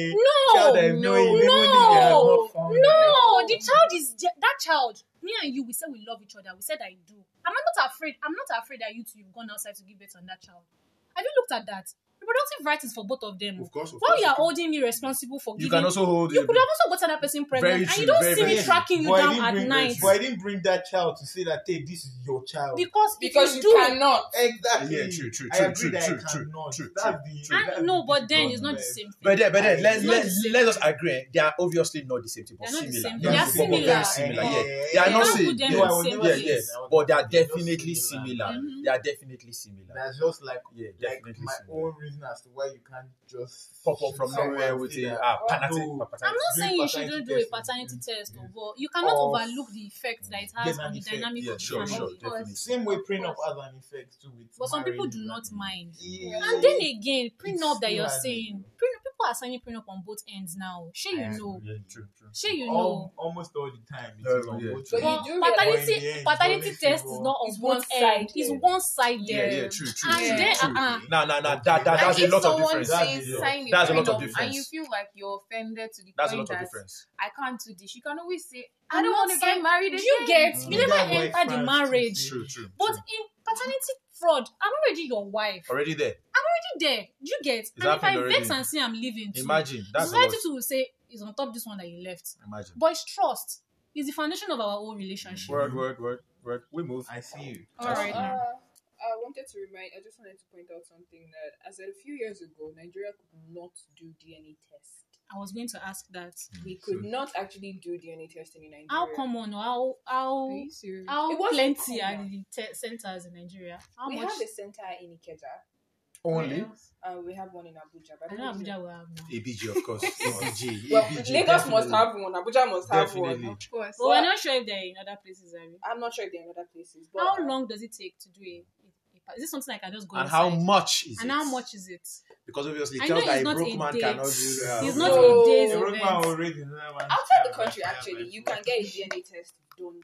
S2: child
S1: No,
S2: that is
S4: No,
S2: knowing even if they have
S1: no,
S2: not found her.
S1: no. The child is je- that child. Me and you, we said we love each other. We said I do. And I'm not afraid. I'm not afraid that you two you've gone outside to give birth on that child. Have you looked at that? Remember reproductive right is for both of them.
S7: Of course, of
S1: While
S7: course.
S1: you are holding me responsible for
S3: You
S1: giving,
S3: can also hold
S1: you
S3: it.
S1: could have also gotten that person pregnant,
S3: Very
S1: and you
S3: true,
S1: don't
S3: very,
S1: see
S3: very
S1: me
S3: true.
S1: tracking you
S2: But I
S1: down
S2: didn't
S1: at
S2: bring-
S1: night
S2: But I didn't bring that child to say that, hey, this is your child.
S1: because if
S6: Because
S1: you
S6: you
S1: do,
S6: cannot.
S2: exactly.
S3: Yeah, true, true,
S2: I
S3: true,
S2: agree
S3: true,
S2: that I
S3: true,
S2: cannot.
S3: true, true,
S2: That's the-
S3: true.
S2: that's
S1: and no,
S2: the
S1: but then
S2: difficult
S1: it's not the
S2: bit.
S1: same thing.
S3: But then, but then, let,
S1: It's not
S3: let,
S1: the same.
S3: let us agree. They are obviously not the same thing, but
S1: They're not the
S3: similar.
S1: same.
S3: Not
S2: They are
S3: the same,
S2: similar.
S3: but very similar.
S2: Yeah,
S3: Yeah,
S2: yeah,
S3: they are
S1: yeah.
S3: not
S1: Don't
S3: same.
S1: put them
S2: in the
S3: Yeah,
S2: same
S3: yeah,
S2: place.
S3: yeah. But they are definitely similar.
S1: Mhm.
S3: They are definitely similar.
S2: That's just like
S3: Yeah,
S2: like
S3: definitely
S2: my
S3: similar.
S2: own reason as to why you can't just
S3: Pop up from
S2: shoot someone
S3: nowhere
S2: and
S3: with
S2: say
S3: a
S2: that,
S3: ah,
S2: "Oh,
S3: paternity.
S2: no,
S1: I'm
S3: paternity.
S1: not
S2: Doing
S1: saying you shouldn't do a
S2: paternity
S1: paternity
S2: test.
S1: test,
S2: Mm.
S1: though, but you cannot
S2: Of-
S1: overlook the effect that it has
S2: Yes,
S1: on
S2: and
S1: the
S2: effect.
S1: dynamic
S3: Yeah,
S1: of the
S3: sure,
S1: family.
S3: sure,
S1: Of course.
S3: definitely.
S2: Same way prenup
S1: course.
S2: has an effect too with
S1: But some people
S2: marriage
S1: do not
S2: and-
S1: mind.
S2: Yeah.
S1: And then again, prenup
S2: It's
S1: that you're
S2: still
S1: saying,
S2: happening.
S1: prenup, people are signing prenup on both ends now. Sure, you
S2: I Oh,
S1: know.
S3: Yeah, true, true.
S1: Sure, you know.
S2: Al- almost all the time it
S3: No,
S2: is on
S3: Oh, yeah.
S2: both
S6: But you
S1: But
S2: ends.
S6: do realize-
S1: paternity,
S2: But in the end,
S1: paternity
S2: it's always
S1: test is
S2: people-
S1: not on
S6: It's
S1: both
S6: one-sided.
S1: ends. It's one sided.
S3: Yeah, yeah, true, true,
S1: And
S3: true,
S1: then,
S3: true.
S1: uh-uh.
S3: Nah, nah, nah. That,
S2: And
S3: that, that's a
S4: if
S3: lot of
S4: someone
S3: difference.
S2: That's
S4: says
S2: a lot.
S4: sign a
S3: That's a lot of
S4: prenup and you
S3: difference.
S4: feel like you're offended to the
S3: That's a
S4: point
S3: lot of
S4: that
S3: difference.
S4: I can't do this, you can always say I
S1: I'm
S4: don't
S1: not
S4: want to get
S1: sign-
S4: married again.
S1: You get,
S2: Mm.
S1: you
S2: That's
S1: never
S2: why
S1: enter the
S2: France
S1: marriage.
S2: is-
S3: True, true.
S1: But
S3: true.
S1: in paternity fraud, I'm already your wife. I'm
S3: Already there.
S1: already there. You get. and if I
S3: happened
S1: vex
S3: already.
S1: and say I'm leaving, too,
S3: Imagine. That's a lot.
S1: society too will say it's on top this one that you left.
S3: Imagine.
S1: But it's trust. It's the foundation of our whole relationship.
S3: Word, word, word, word. We move.
S2: I see you.
S1: All right.
S6: Uh,
S1: now.
S6: I wanted to remind. I just wanted to point out something that as a few years ago, Nigeria could not do DNA test.
S3: Mm-hmm.
S1: I was going to ask that.
S6: We could not actually do DNA testing in Nigeria.
S1: How common or how
S4: Are
S1: how
S4: you serious?
S1: how
S6: It wasn't
S1: plenty are
S6: common.
S1: the te- centers in Nigeria? How
S6: we
S1: much?
S6: have a center in Ikeja,
S3: Only
S6: and we have one in Abuja. But
S1: I know Abuja will have now.
S3: ABG, of course. ABG.
S6: Well,
S3: ABG.
S6: Lagos
S3: definitely.
S6: must have one. Abuja must have
S3: Definitely.
S6: one.
S4: Of course.
S1: But we're not sure if they're in other places. Are we?
S6: I'm not sure if they're in other places. But
S1: How long does it take to do a? a- a- Is this something I can just go
S3: And
S1: inside?
S3: how much is
S1: And
S3: it?
S1: how much is it?
S3: Because obviously, it
S1: I
S3: tells
S1: know
S3: that
S1: it's
S3: a
S1: not
S3: broke
S1: a
S3: man
S1: date.
S3: cannot do that.
S1: It's
S6: No.
S1: not in days
S6: No.
S1: of
S2: Every man
S1: event.
S2: already know that one.
S6: outside the country, actually, you can get a DNA test done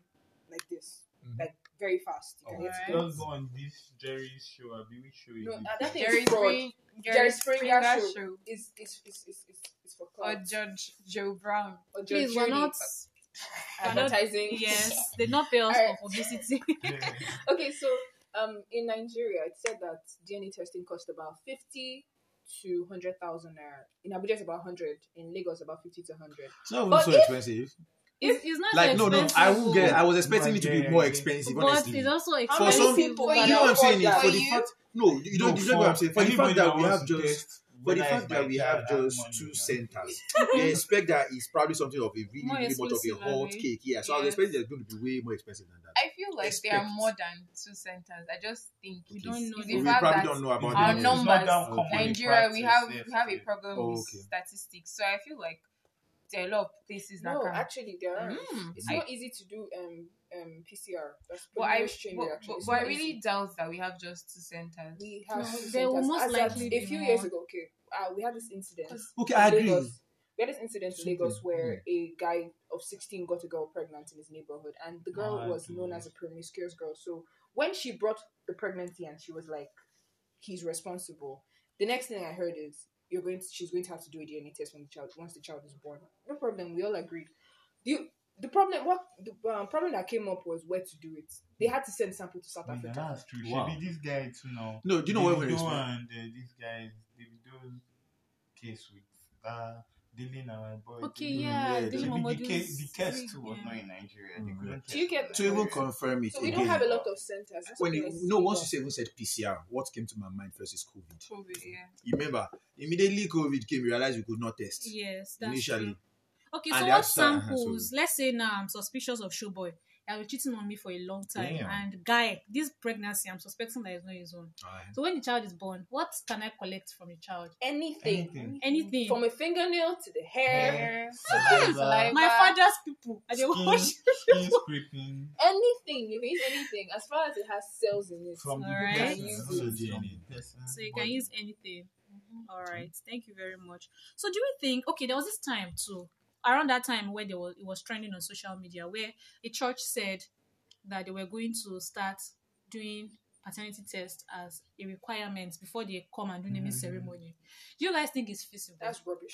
S6: like this,
S3: Mhm.
S6: like very fast. You can
S1: Oh,
S6: get it
S1: wow.
S6: done.
S2: Just go on this Jerry's show. I'll be show
S6: No,
S2: you.
S6: uh, that thing
S4: Jerry
S6: is fraud.
S4: Spring,
S6: Jerry Springer show.
S4: show.
S6: It's it's it's it's it's, it's for
S4: Or
S6: clouds.
S4: Judge Joe Brown.
S6: Or
S1: Please, we're
S6: Judy.
S1: not.
S6: advertising.
S1: Yes, they not pay us
S6: Alright.
S1: for publicity.
S6: okay, so um, in Nigeria, it said that DNA testing cost about fifty to hundred thousand naira. In Abuja, it's about hundred. In Lagos, about fifty to hundred.
S3: It's not even
S6: But
S3: so
S6: if-
S3: expensive.
S1: It's, it's not
S3: Like, no,
S1: expensive. oh.
S3: no. I won't get. I was
S2: No,
S3: expecting
S2: I
S3: it to
S2: get
S3: be
S2: it,
S3: more
S2: I get it.
S3: expensive,
S1: But
S3: honestly.
S1: it's also
S6: How
S1: expensive.
S3: For
S6: many
S3: some-
S6: people
S4: for
S6: can
S3: You know what I'm
S6: afford
S3: saying?
S6: that?
S3: For the
S4: You-
S3: fact, no, you don't. you don't know what I'm saying. For the fact that we have just For the fact that we have just two centers, they expect that it's probably something of a really,
S1: More
S3: really much of
S1: exclusive,
S3: a hot
S1: Abi.
S3: cake. Yeah, so I was
S4: Yes.
S3: expecting that it's going to be way more expensive than that.
S4: I feel like there are
S3: Expect.
S4: more than two centers. I just think
S1: We
S4: it's-
S1: don't know
S4: it's
S1: the
S4: the
S3: we
S4: fact
S3: probably
S4: that
S3: don't know about
S4: our
S3: the
S4: numbers,
S3: in
S4: Nigeria, we have we have a problem
S3: Oh,
S4: with
S3: okay.
S4: statistics. So I feel like there are a lot of places that
S6: No,
S4: can.
S6: actually, there are.
S4: Mm.
S6: It's
S4: I-
S6: not easy to do um um PCR. That's
S4: but I
S6: polymerase chain
S4: but,
S6: reaction.
S4: but,
S6: It's
S4: but I
S6: not
S4: really
S6: easy.
S4: doubt that we have just two centers.
S6: We have
S1: No,
S6: two
S1: there will
S6: centers.
S1: most
S6: As at
S1: likely
S6: a
S1: be
S6: few
S1: more.
S6: years ago, okay, uh, we had this incident.
S3: Okay,
S6: in
S3: I agree. Mm.
S6: Lagos. We had this incident in Lagos where a guy of 16 got a girl pregnant in his neighborhood, and the girl
S2: Ah,
S6: was
S2: dude.
S6: known as a promiscuous girl. So when she brought the pregnancy and she was like, he's responsible, the next thing I heard is, you're going to, she's going to have to do a DNA test when the child once the child is born. No problem, we all agreed. The, the problem what the um, problem that came up was where to do it. They had to send sample to South Africa.
S2: That's true.
S3: Wow.
S2: Should be this guy too now.
S3: No, do you know what we're
S2: Davido
S3: explaining?
S2: and uh, this guy, Davido's case with uh, dealing our boy.
S1: Okay,
S2: Dylan.
S1: yeah.
S3: yeah,
S1: Dele
S3: yeah.
S2: Should be
S1: Momodu's
S2: the case, the case too was
S1: yeah.
S2: not in Nigeria. They
S3: Mm.
S2: couldn't
S6: Do you
S2: test
S6: get
S2: in
S6: the
S3: To even
S2: Nigeria.
S6: point?
S3: confirm it
S6: So we don't
S3: again,
S6: have a lot of centers. That's
S3: when
S6: something
S3: you
S6: that's
S3: no, once you
S6: illegal.
S3: say even said PCR, what came to my mind first is COVID.
S4: COVID, yeah.
S3: You remember immediately COVID came, you realized you could not test
S1: Yes, that's
S3: initially.
S1: true. Okay,
S3: And
S1: so
S3: they
S1: what
S3: have sa- uh-huh,
S1: samples? Let's say now I'm suspicious of Showboy. I've been cheating on me for a long time.
S2: Damn.
S1: And guy, this pregnancy, I'm suspecting that it's not his own.
S3: Alright.
S1: So when the child is born, what can I collect from the child?
S6: Anything.
S2: Anything.
S1: Anything.
S6: From a fingernail to the hair.
S4: Hair,
S2: Saliva.
S4: saliva.
S1: My father's people. I dey
S2: Skin,
S1: wash.
S2: skin scraping.
S6: Anything. You can use anything. As far as it has cells in it.
S2: from the
S1: Alright.
S2: person,
S6: Use
S2: from
S3: it.
S2: the person.
S1: So you
S2: But
S1: can use anything. All right. Thank you very much. So do you think okay, there was this time too, around that time where there was it was trending on social media where a church said that they were going to start doing paternity tests as a requirement before they come and do naming
S2: Mhm.
S1: ceremony. Do you guys think it's feasible?
S6: That's rubbish.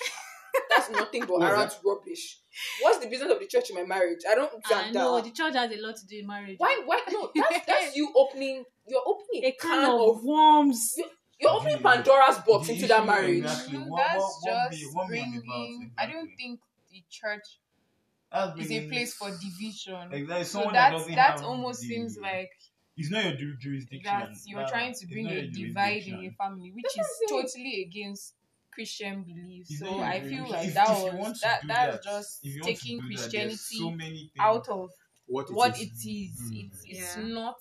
S6: That's nothing but
S3: What was
S6: arrant rubbish. What's the business of the church in my marriage? I don't
S1: I
S6: understand
S1: know
S6: that.
S1: the church has a lot to do in marriage.
S6: Why? Why? No, that's, that's you opening. You're opening
S1: a can of worms.
S6: You- You're opening Pandora's box into that marriage.
S2: Exactly.
S4: No,
S2: What-
S4: that's
S2: what- what be-
S4: just
S2: what be on the balance,
S4: bringing. I don't
S2: exactly.
S4: think the church
S2: That's
S4: is a
S2: bringing-
S4: place for division.
S2: Exactly.
S4: So
S2: someone
S4: that
S2: doesn't
S4: that
S2: have
S4: almost
S2: the-
S4: seems like
S2: it's not your ju- jurisdiction.
S4: that you're
S2: That-
S4: trying to
S2: it's
S4: bring
S2: not
S4: a
S2: your
S4: divide in
S2: jurisdiction.
S4: a family, which
S6: That's
S4: is
S6: what I'm
S4: totally against Christian beliefs.
S2: It's
S4: So
S2: not your
S4: I feel
S2: jurisdiction.
S4: like
S2: If-
S4: that
S2: if you want
S4: was
S2: to
S4: that
S2: do
S4: that's
S2: that,
S4: just
S2: if you want to
S4: taking
S2: do that,
S4: Christianity
S2: there's so many things.
S4: out of
S3: What it
S4: what
S3: is.
S4: it is.
S3: Mm.
S4: It's it's
S1: Yeah.
S4: not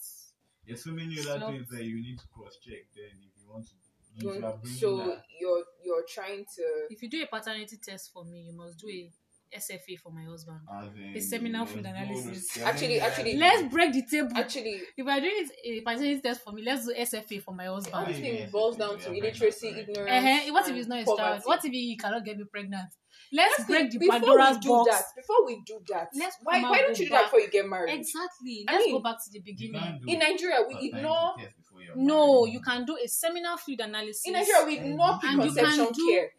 S2: There's so many
S4: It's
S2: other
S4: not-
S2: things that you need to cross check. Then if you want to, if you are
S6: You're-
S2: bringing
S6: So
S2: that,
S6: you're you're trying to
S1: If you do a paternity test for me, you must do a SFA for my husband.
S2: as in,
S1: A seminal
S2: there's
S1: food
S2: no
S1: analysis.
S2: there's no
S6: Actually-
S2: other
S6: actually-
S2: thing.
S1: Let's break the table.
S6: actually
S1: if I do it, a paternity test for me, let's do SFA for my
S6: all
S1: husband.
S6: this thing
S2: Yeah,
S6: boils
S2: yeah,
S6: down
S2: yeah,
S6: to
S2: yeah,
S6: illiteracy,
S2: yeah.
S6: ignorance.
S1: Uh-huh. What if
S6: and
S1: it's not a
S6: poverty.
S1: child? What if he cannot get me pregnant? Let's
S6: Let's
S1: break the
S6: before
S1: Pandora's
S6: we do
S1: box.
S6: that, before we do that,
S1: Let's
S6: why
S1: come
S6: why
S1: out
S6: don't
S1: with
S6: you do that
S1: back-
S6: before you get married?
S1: Exactly.
S6: I
S1: Let's
S6: mean,
S1: go back to the
S2: You
S1: beginning.
S2: can't do
S6: In Nigeria, we
S2: paternity
S6: ignore
S2: test before you're
S1: No,
S2: married.
S1: you can do a seminal fluid analysis.
S6: in Nigeria we ignore
S2: And you
S6: preconception
S1: can do-
S6: care.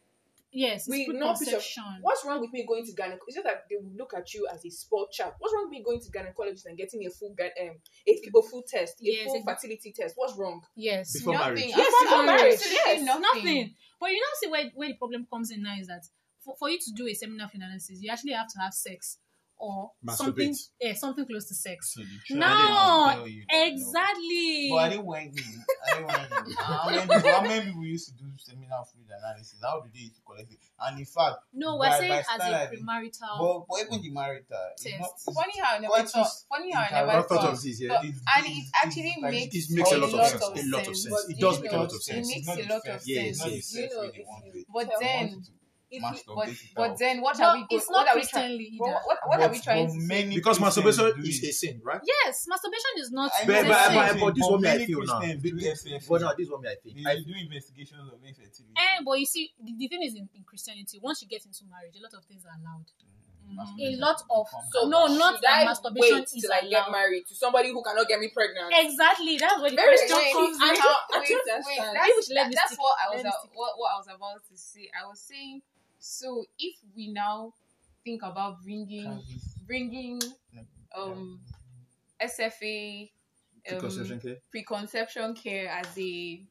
S1: yes,
S6: we
S1: it's
S6: ignore piece of-
S1: preconception.
S6: What's wrong with me going to gynecologist? It's just that they will look at you as a sport child. What's wrong with me going to gynecologist and getting a full gy- um, a, a full test, a
S1: Yes,
S6: full
S1: exa-
S6: fertility test? What's wrong?
S1: Yes,
S3: Before
S4: nothing.
S3: marriage.
S6: Yes,
S4: Absolutely
S6: before marriage, yes.
S1: nothing. But you know, see where, where the problem comes in now is that for, for you to do a seminal fluid analysis, you actually have to have sex or something,
S3: Masturbate.
S1: yeah, something close to sex.
S2: So the church
S1: No,
S2: will tell you that, no.
S1: Exactly.
S2: But I didn't want you. I didn't want you. How many people- how many people used to do seminal fluid analysis? How do they used to collect it? And in fact,
S1: no,
S2: by-
S1: we're
S2: by
S1: saying as a
S2: standard,
S1: premarital.
S4: Oh.
S2: but, but even the marital, it's not.
S1: Test.
S2: It's,
S4: funny how I never
S2: Quite
S4: thought.
S2: just
S4: Funny how I
S2: interrupt-
S3: I
S4: never
S2: I've
S3: thought
S4: thought.
S3: of this, yeah.
S4: But-
S2: it's,
S4: and
S2: it's-
S4: it actually
S2: it's
S4: makes
S3: It makes a lot of
S4: lot
S3: sense.
S4: of
S3: A lot of
S4: sense.
S3: sense.
S6: But
S3: It
S6: do
S3: does
S6: you
S3: make a
S6: know-
S3: lot of
S6: do
S2: It's
S4: It
S3: sense.
S4: makes
S2: not
S4: a
S2: the
S4: lot of
S2: first-
S3: Yes,
S2: It's
S4: sense.
S2: not the
S3: yes.
S2: first
S6: You know,
S2: way they
S6: if
S2: want
S6: you-
S2: it.
S4: But
S2: They
S4: then,
S2: want it to
S6: If you-
S2: masturbate
S4: but
S2: it
S4: but
S2: out.
S4: then what
S1: But
S4: are we? Go-
S1: it's
S4: what
S1: not
S4: are we trying?
S1: Christianly
S4: But
S1: either.
S4: what, what
S2: But
S4: are we trying
S2: for
S4: to say?
S2: many
S3: Because
S2: Christians
S3: masturbation
S2: do
S3: is
S2: it.
S3: a sin, right?
S1: Yes, masturbation is not. is a
S2: I know,
S3: But, but,
S1: sin.
S3: but, but this
S2: But
S3: one me I
S2: many
S3: feel now.
S2: Christians do
S3: Be-
S2: SFA.
S3: But now this one me I think.
S2: They
S3: I
S2: do investigations of infertility.
S1: Eh, but you see, the, the thing is in, in Christianity, once you get into marriage, a lot of things are allowed. A
S2: Masturbation
S1: lot of
S2: becomes
S1: so
S2: allowed.
S1: no, not
S6: should
S1: that
S6: I
S1: masturbation
S6: wait
S1: is
S6: till I get
S1: allowed.
S6: married to somebody who cannot get me pregnant?
S1: Exactly, that's what the
S6: Very
S1: question
S6: wait,
S1: comes
S6: I
S1: in.
S6: don't- I
S4: wait,
S6: don't
S4: wait,
S6: understand.
S1: Maybe
S4: that's,
S1: we should let
S4: that-
S1: this
S4: that's
S1: stick.
S4: what I was
S1: Let this
S4: a-
S1: stick.
S4: what, what I was about to say. I was saying, so if we now think about bringing bringing um SFA
S3: Preconception
S4: um,
S3: care.
S4: preconception care as a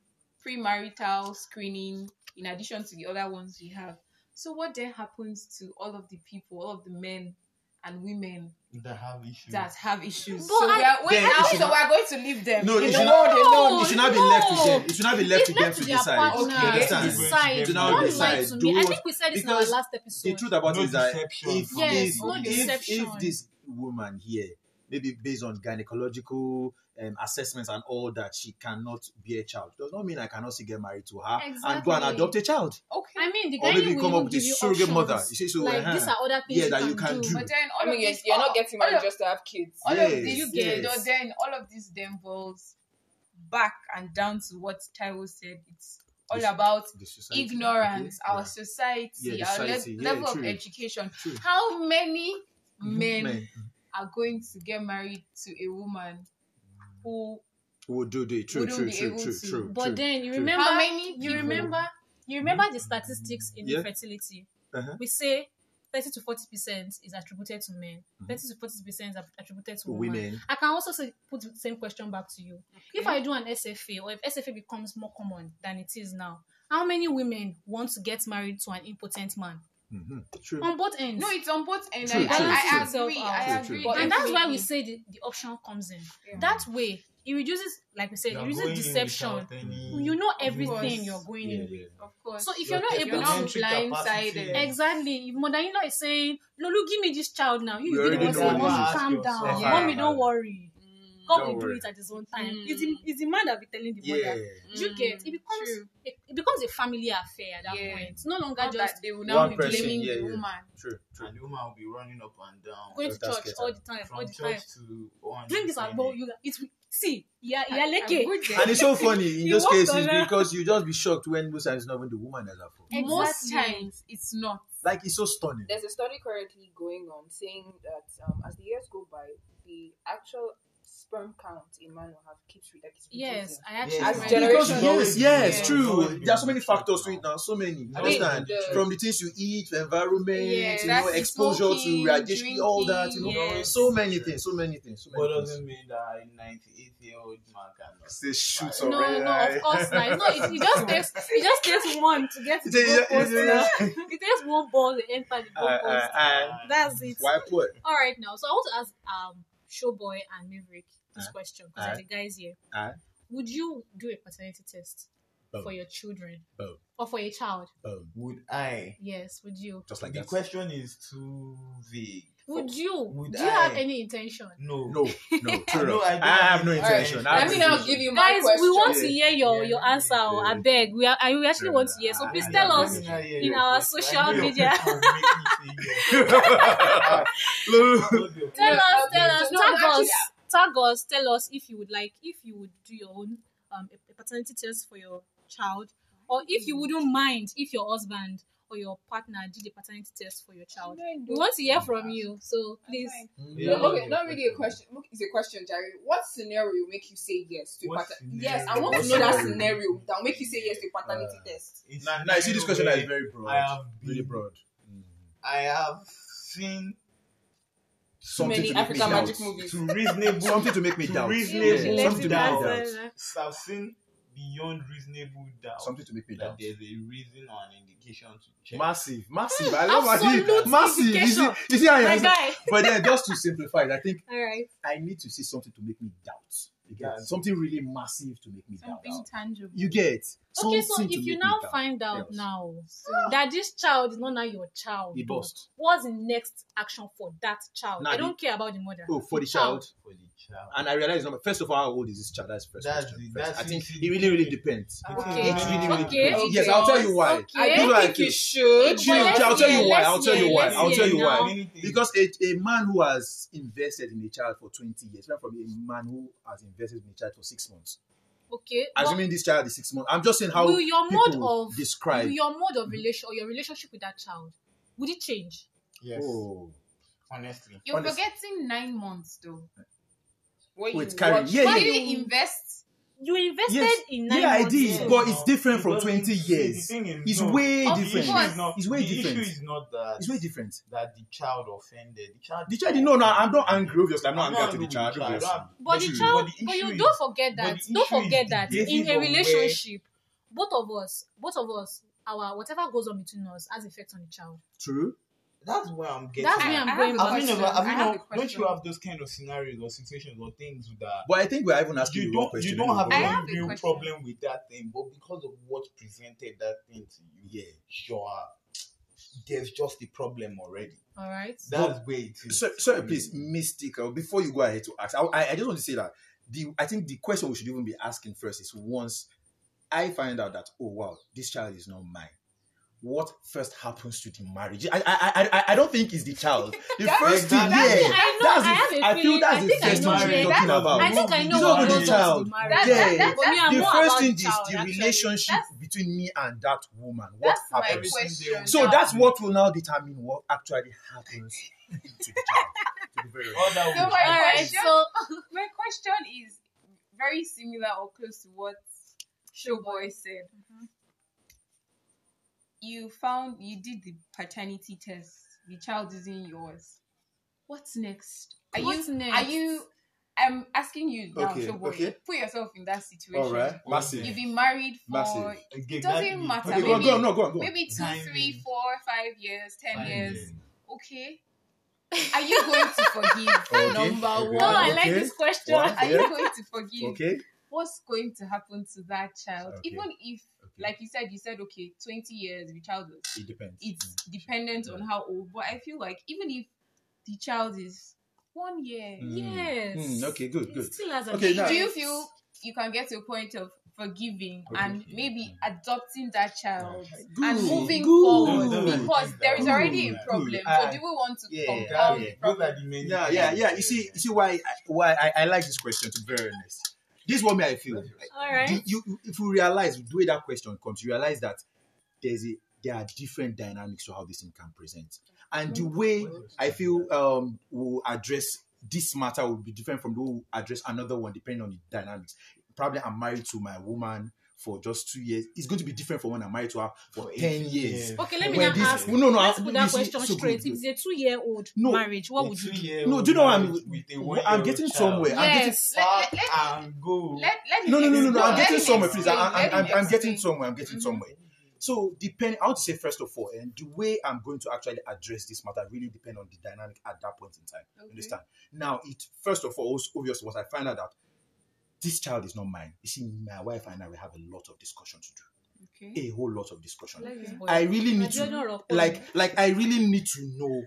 S4: premarital screening in addition to the other ones we have. So what then happens to all of the people, all of the men and women
S2: They have issues.
S4: that have issues?
S1: But
S4: so
S1: I-
S4: we are wait,
S3: Mm. Then it
S4: now,
S3: should
S4: so
S3: not-
S4: we are going to leave them
S3: No,
S4: in
S3: it
S4: the
S3: should
S4: world
S3: not,
S1: No,
S3: it should not be left to
S1: no.
S3: them. It should not be left
S1: It's
S3: to them to
S1: their
S3: decide.
S4: Okay,
S1: partner.
S3: understand?
S1: decide.
S2: To now
S1: Don't lie
S3: decide.
S1: to me. I
S3: Don't-
S1: think we said this in our
S3: because
S1: last
S3: the
S1: episode.
S3: truth about
S2: No
S3: it is that
S2: deception
S3: if,
S2: from
S1: Yes,
S3: if,
S1: no
S3: if,
S1: deception.
S3: if this woman here, maybe based on gynecological um, assessments and all that, she cannot be a child, does not mean I cannot still get married to her and go and
S1: Exactly.
S3: adopt a child.
S4: okay.
S1: I mean, the
S3: Or
S1: guy
S3: maybe
S1: will
S3: come up
S1: even
S3: with a
S1: give you
S3: surrogate
S1: options.
S3: mother. You say so,
S1: like
S3: uh-huh.
S1: these are other things
S3: Yeah,
S1: you,
S3: that
S1: can
S3: you can do.
S4: But then all
S6: I mean,
S4: of
S6: you're,
S4: this,
S6: you're
S4: all-
S6: not getting
S4: all
S6: married
S4: of-
S6: just to have kids.
S4: all of
S3: Yes,
S4: this
S1: You
S4: you
S1: get.
S4: know, then all of this then boils back and down to what Taiwo said. It's all
S3: The-
S4: about
S3: the society,
S4: ignorance,
S3: okay?
S4: our
S3: Yeah.
S4: society,
S3: Yeah, the
S4: our le-
S3: society. Yeah,
S4: level of
S3: true.
S4: education.
S3: True.
S4: How many
S3: Mhm.
S4: men
S3: Men
S4: are going to get married to a woman
S3: Mm.
S4: who
S3: would do do it. True,
S4: Wouldn't
S3: true,
S4: be
S3: true,
S4: able
S3: true,
S4: to.
S3: true.
S1: But
S3: true.
S1: then you
S3: true.
S1: remember,
S4: How many
S1: you
S4: people?
S1: remember, you remember the statistics in
S3: Yeah.
S1: infertility.
S3: Uh-huh.
S1: We say thirty to forty percent is attributed to men.
S3: Mhm.
S1: Thirty to forty percent is attributed to women.
S3: Women.
S1: I can also say, put the same question back to you. If I do an SFA or if SFA becomes more common than it is now, how many women want to get married to an impotent man
S3: hmm True.
S1: on both ends?
S4: No, it's on both ends.
S3: True,
S4: I, I, I
S1: true.
S4: agree. I
S3: True,
S4: agree.
S3: true.
S1: and that's why we
S4: definitely.
S1: say the, the option comes in.
S4: Yeah.
S1: That way, it reduces, like we said,
S2: They
S1: it
S2: are
S1: reduces
S2: going in
S1: deception.
S2: without any-
S1: You know
S4: Of course.
S1: everything you're going
S3: Yeah,
S1: in
S3: yeah.
S1: with.
S4: Of course.
S1: So if
S2: Your
S1: you're not
S2: tech-
S1: able
S4: you're
S2: your
S1: to
S4: not
S2: entry capacity
S4: blindsided.
S2: is-
S1: Exactly. If mother-in-law is saying, Lulu, give me this child now. You
S3: We
S1: will be the
S3: already
S1: one
S3: know
S1: saying,
S3: what it
S1: Mommy,
S3: is.
S1: calm
S2: Yeah.
S1: down.
S3: Yeah.
S1: Mommy, don't worry.
S4: Mm,
S1: God
S3: Don't
S1: will
S3: worry.
S1: do it at his own time.
S4: Mm.
S1: It's, the, it's the man that will be telling the mother.
S3: Yeah.
S1: You get it
S4: mm,
S1: becomes
S4: true.
S1: it, it becomes a family affair at that
S4: Yeah.
S1: point. It's no longer
S4: Not
S1: just
S4: that they will now
S3: One
S4: be
S3: person,
S4: blaming
S3: yeah,
S4: the
S3: yeah.
S4: woman.
S3: True. True.
S2: And the woman will be running up and down.
S1: going
S3: Your
S1: to church
S3: taskets
S1: all
S3: are-
S1: the time, all
S2: From
S1: the time.
S2: church to one.
S1: Drink this alcohol. You it will- see. Yeah, yeah,
S4: I- I
S1: leke.
S4: would say-
S3: And it's so funny in
S1: You
S3: those
S1: walked
S3: cases
S1: around.
S3: because you just be shocked when most times it's not even the woman that's at fault.
S4: most
S1: Exactly.
S4: times it's not.
S3: Like it's so stunning.
S6: There's a study currently going on saying that um, as the years go by, the actual sperm count a man will have keeps re- like it's
S1: Yes,
S6: reducing.
S1: I actually
S2: As
S1: read
S6: generation-
S1: that.
S3: yes, yes,
S1: Yeah.
S3: true. There are so many factors to it now. So many. You
S2: I
S1: mean,
S3: understand?
S4: the-
S3: From the things you eat, the environment,
S4: Yes,
S3: you know,
S4: that's
S3: exposure
S4: smoking,
S3: to radiation, all that. You know,
S1: drinking, yes.
S3: so many things. So many things. So
S2: What
S3: many
S2: does
S3: things.
S2: it mean that a 98 year old man cannot?
S7: Say shoot
S1: No,
S7: already.
S1: no, of course not. No, it, it just takes it just takes one to get to
S3: It is-
S1: the goal post.
S3: it is-
S1: now. It takes one ball to enter the
S3: Uh,
S1: goal post.
S3: uh, uh,
S1: That's it.
S3: why put?
S1: All right, now. So I want to ask um Showboy and Maverick this
S3: Aye.
S1: question because
S3: Aye.
S1: the guys here.
S3: Aye.
S1: Would you do a paternity test
S3: Boom.
S1: for your children
S3: Boom.
S1: or for your child?
S3: Boom.
S2: Would I?
S1: Yes, would you?
S3: um, Just like
S2: The
S3: that.
S2: question is too vague.
S1: Would you?
S2: Would
S1: do you have
S2: I?
S1: any intention?
S2: No.
S3: No, no, true.
S2: No, I
S3: I,
S2: don't
S3: have
S2: have
S3: no
S2: any
S3: intention.
S2: intention.
S3: I have
S6: I
S2: I
S3: no
S6: mean,
S2: mean,
S6: I'll
S3: intention.
S6: give you my
S1: Guys,
S6: question.
S1: we want to
S3: Yeah.
S1: hear your,
S2: Yeah,
S1: your
S2: yeah,
S1: answer. oh, I
S3: yeah.
S1: beg. We are. I, we actually want to hear. So
S2: I-
S1: please
S2: I-
S1: tell
S2: I
S1: us.
S2: don't hear
S1: in
S2: your
S1: our
S2: question.
S1: social
S2: I know
S1: media.
S2: people make me say yes. I know they will.
S1: Tell
S6: Yeah,
S1: us.
S6: okay.
S1: Tell us.
S6: No,
S1: tag
S6: actually,
S1: us. Tag us. Tell us if you would like. If you would do your own um a paternity test for your child, or if
S6: Mm.
S1: you wouldn't mind if your husband or your partner did a paternity test for your child. We want to hear from you. So please.
S2: Yeah,
S6: No, okay,
S2: okay,
S6: not really a
S2: question.
S6: question. Look, It's a question, Jerry. What scenario will make you say yes to a
S2: What
S6: paternity?
S2: scenario?
S6: Yes, I want
S3: What
S6: to know that
S3: scenario?
S6: scenario that will make you say yes to a paternity
S3: Uh,
S6: test.
S2: It's
S3: Now, now, you see, this question
S2: where
S3: is very broad.
S2: I have
S3: really
S2: been-
S3: broad.
S2: I have seen
S3: Something
S6: many
S3: to make
S6: African
S3: me
S6: magic
S3: doubt.
S6: movies.
S2: to reasonable
S3: Something to make me
S2: to
S3: doubt.
S2: reasonable
S3: Yeah. Something to make me
S2: doubt.
S3: doubt.
S2: I've seen beyond reasonable doubt
S3: Something to make me
S2: that
S3: doubt.
S2: there's a reason or an indication to check.
S3: Massive, massive. I love
S1: Hmm, absolute
S3: it. Massive. You see,
S1: indication.
S3: you see how
S1: My
S3: you
S1: guy.
S3: But then, just to simplify it, I think
S1: All right.
S3: I need to see something to make me doubt. You get?
S2: Yeah.
S3: Something really massive to make me doubt.
S4: Something tangible.
S3: You get?
S1: Okay,
S3: Something
S1: so
S3: to
S1: if you
S3: make me
S1: now
S3: doubt.
S1: find out
S3: Yes.
S1: now
S6: Ah.
S1: that this child is not now your child,
S3: He bust.
S1: what's the next action for that child?
S3: Now
S1: I
S3: the-
S1: don't care about the mother.
S3: Oh, for the child.
S2: for the child.
S3: And I realize, number first of all, how old is this child? That's first
S2: That's
S3: question.
S2: the-
S3: First,
S2: that's
S3: I think
S2: the-
S3: it really, really depends.
S1: Okay.
S3: It really, really
S1: Okay.
S3: depends. Yes, I'll tell you why.
S1: Okay.
S6: I
S3: Here's
S6: don't
S3: what I
S6: think you
S3: feel.
S6: should.
S1: But
S3: Chill,
S1: let's
S3: I'll tell
S1: hear,
S3: you why.
S1: let's
S3: I'll tell you
S1: hear,
S3: why.
S1: let's
S3: I'll tell
S1: hear
S3: you why.
S1: now.
S3: Because a, a man who has invested in a child for 20 years, not from a man who has invested in a child for six months.
S1: Okay. but-
S3: Assuming this child is six months, I'm just saying how
S1: will your mode
S3: people
S1: of
S3: describe.
S1: will your mode of relation or your relationship with that child would it change?
S2: yes,
S3: Oh,
S2: honestly,
S4: You're
S3: Honest-
S4: forgetting nine months though.
S6: What
S3: Wait,
S6: you
S3: Karen,
S6: watch-
S3: yeah,
S4: You
S1: Why
S3: yeah.
S4: didn't invest.
S1: You invested
S3: Yes.
S1: in nine
S3: Yeah, I
S1: months.
S3: did,
S1: so-
S3: but it's different from
S2: doesn't-
S3: 20
S2: see, the
S3: years.
S2: thing is,
S3: It's
S2: no,
S3: way
S2: the
S3: different.
S2: issue is not-
S3: It's way
S2: the
S3: different.
S2: issue is not that
S3: It's way different.
S2: that the child offended. The child.
S3: The child, no, no, I'm not angry. Obviously, I'm not
S2: I'm
S3: angry
S2: not
S3: at the
S2: angry with
S3: child.
S2: the child.
S3: obviously.
S1: but the
S2: But you-
S1: child,
S2: but the
S1: but
S2: issue
S1: you
S2: is-
S1: don't forget
S2: but
S1: that.
S2: the
S1: Don't
S2: issue is
S1: forget
S2: the
S1: that in
S2: basis
S1: a
S2: of where-
S1: relationship, both of us, both of us, our whatever goes on between us has effect on the child.
S3: True.
S2: That's where I'm getting.
S1: That's
S4: I,
S1: where
S4: I
S1: I'm
S4: have
S1: going
S4: a
S1: with
S2: Have you
S4: question.
S2: never? Have
S4: I
S2: you
S4: have a
S2: know? Don't
S4: question.
S2: you have those kind of scenarios or situations or things that
S3: But I think we're even asking
S2: you
S3: the wrong
S2: don't
S3: question.
S2: you don't have
S4: I
S2: any
S4: have a
S2: real
S4: question.
S2: problem with that thing, but because of what presented that thing to you,
S3: Yeah.
S2: sure, there's just a problem already.
S1: All right.
S2: That's where it is.
S3: Sorry, sorry, please, mystical. Before you go ahead to ask, I, I I just want to say that the I think the question we should even be asking first is once I find out that oh wow, this child is not mine. What first happens to the marriage? I I I, I- I don't think it's the child. The first thing,
S2: Exactly.
S1: That's
S3: yeah,
S1: it, I know, I
S3: that's the-
S1: have a
S3: I feel
S1: feeling-
S3: that's
S1: I
S3: the
S1: think I
S3: first
S1: know
S3: thing we
S1: where
S3: should be talking
S2: that-
S3: about.
S1: I think I know
S3: It's not
S1: what
S3: only
S1: goes on
S3: child.
S1: to the marriage.
S4: That-
S3: yeah,
S4: that- that-
S1: But me, I'm
S3: the
S1: more
S3: first
S1: about
S3: thing
S1: the
S3: is
S1: child,
S3: the
S1: actually.
S3: relationship
S4: That's-
S3: between me and that woman. What
S4: That's my
S3: happens?
S4: question.
S3: So that's what will now determine what actually happens to the child. To be very honest.
S2: All that
S4: So
S2: would
S4: my
S1: All right.
S4: question-
S1: So
S4: My question is very similar or close to what Showboy said. You found you did the paternity test. The child isn't yours. What's next? Are
S1: What's
S4: you?
S1: next?
S4: Are you? I'm asking you now,
S3: Okay,
S4: Showboy.
S3: okay.
S4: Put yourself in that situation.
S3: All right, massive.
S4: You've been married for.
S3: Massive.
S4: It doesn't matter.
S3: Okay, go on,
S4: maybe,
S3: go on, no, go on, go on.
S4: maybe two,
S2: Nine
S4: three,
S2: years.
S4: four, five years, ten
S2: Five
S4: years.
S2: years.
S4: Okay. Are you going to forgive?
S3: Okay,
S4: Number
S3: okay.
S4: one.
S1: no, I
S3: Okay.
S1: like this question.
S3: What?
S4: Are you
S3: Yeah.
S4: going to forgive?
S3: Okay.
S4: what's going to happen to that child
S3: Okay.
S4: even if
S3: Okay.
S4: like you said you said okay 20 years the child was
S3: It depends.
S4: it's dependent on
S3: Mm. Yeah.
S4: how old but i feel like even if the child is one year
S3: Mm.
S1: Yes.
S3: Mm, okay, good,
S1: It
S3: good.
S1: Still has an
S3: Okay, now-
S4: do
S1: effect.
S4: you feel you can get to a point of forgiving
S3: Okay.
S4: and maybe adopting that child
S3: Good,
S4: and moving
S3: good.
S4: forward
S2: Those are the
S4: because
S2: things
S4: there is
S3: that-
S4: already a
S3: Good,
S4: problem
S3: good.
S4: so
S3: I-
S4: do we want to
S3: Yeah,
S4: compound
S3: yeah.
S4: the
S2: Those
S4: problem
S2: are the many.
S3: Yeah, yeah,
S2: things.
S3: yeah. You see, you see why I, why I, I like this question. To be very honest, this is what me I feel.
S1: All
S3: The-
S1: right.
S3: you, you- if you realize the way that question comes, you realize that there's a there are different
S4: Mm.
S3: dynamics to how this thing can present, and the way I feel um will address this matter will be different from the one we address another one depending on the dynamics. Probably I'm married to my woman for just two years. It's going to be different from when I'm married to her for,
S2: For
S3: ten
S2: 18
S3: years.
S2: years.
S1: Okay, let me
S3: Where
S1: now
S3: this-
S1: ask.
S3: no, no,
S1: let's
S3: I-
S1: put that
S3: you see,
S1: question
S3: so
S1: straight.
S3: good.
S1: If it's a two-year-old
S3: No.
S1: marriage, what would you do?
S2: you
S3: No, do you know what I'm-
S2: With a
S3: I'm
S2: one-year-old
S3: getting
S2: child.
S3: somewhere. I'm getting-
S1: Yes.
S2: Fuck
S4: Let- let-
S2: and go.
S4: Let, let me
S3: no, no, no, no, no. I'm
S4: explain.
S3: getting
S4: Let me
S3: somewhere, please. I, I,
S4: explain.
S3: I'm,
S4: Let
S3: I'm
S4: me
S3: getting
S4: explain.
S3: somewhere. I'm getting
S4: Mhm.
S3: somewhere. So depend. I want to say first of all, and the way I'm going to actually address this matter really depend on the dynamic at that point in time. You
S4: Okay.
S3: Understand? Now, it first of all, it's obvious was I find out that this child is not mine. You see, my wife and I will have a lot of discussion to do.
S4: Okay.
S3: A whole lot of discussion.
S1: Let this boy-
S3: I really need
S1: Abiodun
S3: to
S1: Oropoye.
S3: like, like I really need to know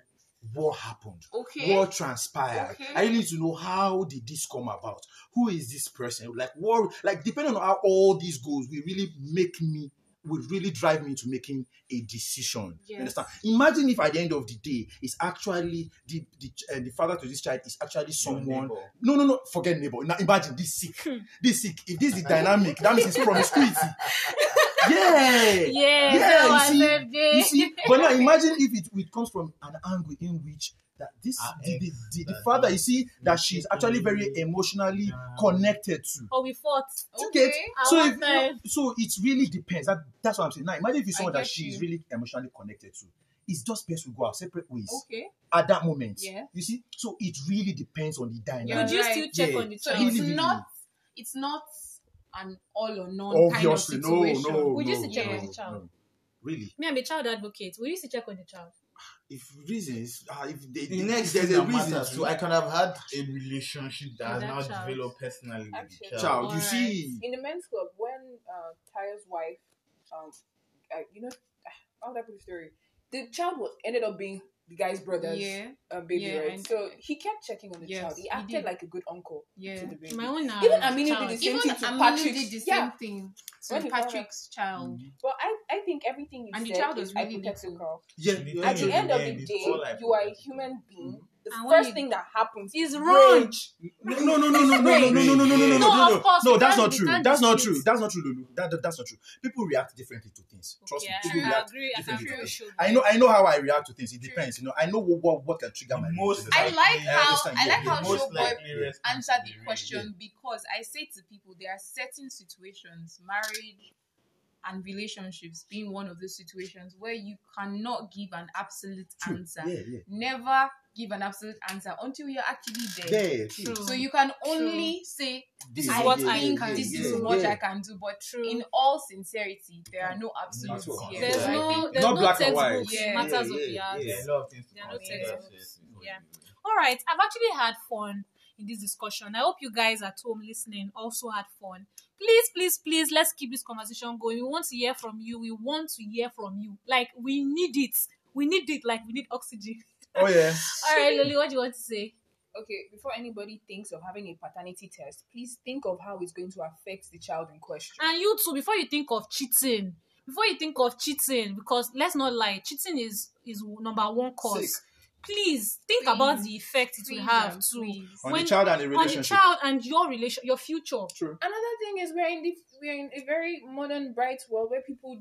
S3: what happened
S4: Okay.
S3: what transpired
S4: Okay.
S3: i need to know how did this come about who is this person like what like depending on how all this goes will really make me will really drive me to making a decision
S4: Yes.
S3: you understand imagine if at the end of the day it's actually the the, ch- eh, the father to this child is actually someone
S2: neighbor.
S3: no no no forget neighbor now imagine this sick
S4: Hmm.
S3: this sick if this is the dynamic that means it's promiscuity yeah
S1: Yes,
S3: Yeah,
S1: that
S3: you
S1: was
S3: see-
S1: a day.
S3: you see, but now imagine if it, it comes from an angle in which that this
S2: Ah,
S3: the, the, the, the
S2: that
S3: father, you
S2: is-
S3: see, eh, that she's actually very emotionally
S2: Ah.
S3: connected to.
S1: Or we fought.
S3: Do you
S4: Okay.
S3: get?
S1: At
S3: So
S1: one
S3: if,
S1: time.
S3: so it really depends. That, that's what I'm saying. Now imagine if
S4: I
S3: it's someone that
S4: get
S3: she's
S4: you.
S3: really emotionally connected to. It's just best we go our separate ways
S4: Okay.
S3: at that moment.
S4: Yeah.
S3: You see, so it really depends on the
S4: You're
S1: Would
S3: dynamic.
S1: you
S4: right.
S1: still check
S3: Yeah.
S1: on the
S4: So
S1: child?
S3: Really,
S4: it's
S3: really.
S4: not. It's not an all or none
S3: Obviously,
S4: kind of
S3: no,
S4: situation.
S3: no,
S1: Would you
S3: no,
S1: still check
S3: no,
S1: on the child?
S3: no. Really,
S1: Me, I'm a child advocate. Will you still check on the child?
S3: if reasons, ah, if they,
S2: the next
S3: there's
S2: there's
S3: a
S2: that
S3: reason
S2: matters
S3: to
S2: too. I can have had a relationship
S1: With
S2: that has
S1: that
S2: now
S1: child.
S2: developed personally with
S6: Actually.
S2: the child.
S3: child, you
S1: Alright.
S3: see,
S6: in the men's club when uh Tyre's wife, um, uh, you know, how would I put the story? The child was ended up being the guy's brother's
S4: Yeah.
S6: uh, baby,
S4: Yeah, I-
S6: right? So he kept checking on the
S4: Yes,
S6: child. He
S4: he
S6: acted
S4: did.
S6: like a good uncle
S4: Yeah.
S6: to the baby.
S1: My own uh, now.
S6: Even Aminu did the same
S4: Even
S6: thing to
S4: Aminu
S6: Patrick.
S4: did the same
S6: yeah,
S4: thing
S6: When
S4: to
S6: he found out-
S4: Patrick's child.
S3: Mm,
S6: but I, I think everything you
S4: And the
S6: said
S4: child
S6: is
S4: was really
S6: hypothetical.
S3: yeah,
S2: At
S3: yeah,
S6: At
S3: yeah.
S6: the
S2: In
S6: end
S2: the
S6: of the
S2: end, it's
S6: day,
S2: all
S6: you are
S2: hypothetical.
S6: a
S2: Mm-hmm.
S6: human being. The
S1: And when
S6: first
S1: you-
S6: thing that happens
S1: Is wrong.
S6: rage.
S3: No, no, no, no, no, no, no, no, no, no, no, no, no, no,
S1: No,
S3: no,
S1: of course,
S3: no.
S1: we
S3: That's
S1: can't-
S3: not
S1: we
S3: true.
S1: can't
S3: That's not
S1: dispute.
S3: true. That's not true, Lulu. That, that- that's not true. People react differently to things. Trust me.
S1: Okay,
S3: People
S1: I- I
S3: react
S1: agree. I can
S3: differently.
S1: agree
S3: to
S1: with
S3: things.
S1: you.
S3: I know. I know how I react to things. It depends. You know. I know what what, what can trigger my
S2: The
S3: emotions.
S2: most
S4: I like
S2: likely-
S4: how
S3: understand,
S4: I
S3: yeah,
S4: like
S3: yeah,
S4: how
S2: most
S4: Showboy
S2: likely response will
S4: answered
S2: be
S4: the
S2: rape.
S4: question because I say to people there are certain situations, marriage and relationships being one of those situations where you cannot give an absolute
S3: True.
S4: answer.
S3: Yeah, yeah.
S4: Never give an absolute answer until you're actually there.
S3: There. True.
S1: True.
S4: So you can only say this
S1: Yeah,
S4: is what
S1: yeah,
S4: I think,
S1: yeah,
S4: this
S1: yeah,
S4: is
S1: yeah.
S4: what I can do. But
S1: True.
S4: in all sincerity, there are no absolutes
S2: True.
S4: here.
S1: There's
S4: So I
S1: no,
S4: think-
S1: there's
S3: Not
S1: no
S3: black and white.
S1: textbook
S4: Yeah.
S1: matters
S3: Yeah,
S1: of the
S3: yeah,
S1: art.
S3: yeah.
S2: There are a lot of things to
S1: There are no
S2: consider.
S1: textbooks.
S2: Yes, yes,
S1: Yeah.
S2: yes.
S1: All right, I've actually had fun in this discussion. I hope you guys at home listening also had fun. Please, please, please, let's keep this conversation going. We want to hear from you. We want to hear from you. Like, we need it. We need it like we need oxygen.
S3: Oh yeah.
S1: All right, Lily, what do you want to say?
S6: okay, before anybody thinks of having a paternity test, please think of how it's going to affect the child in question.
S1: And you too, before you think of cheating, before you think of cheating, because let's not lie, cheating is is number one cause.
S3: Sick.
S1: Please think
S4: Please.
S1: about the effect it
S4: Please
S1: will
S4: and
S1: have too
S4: please.
S3: On the child and the
S1: on the
S3: relationship.
S1: child and your relation, your future.
S3: True.
S6: Another thing is we're in the, we're in a very modern, bright world where people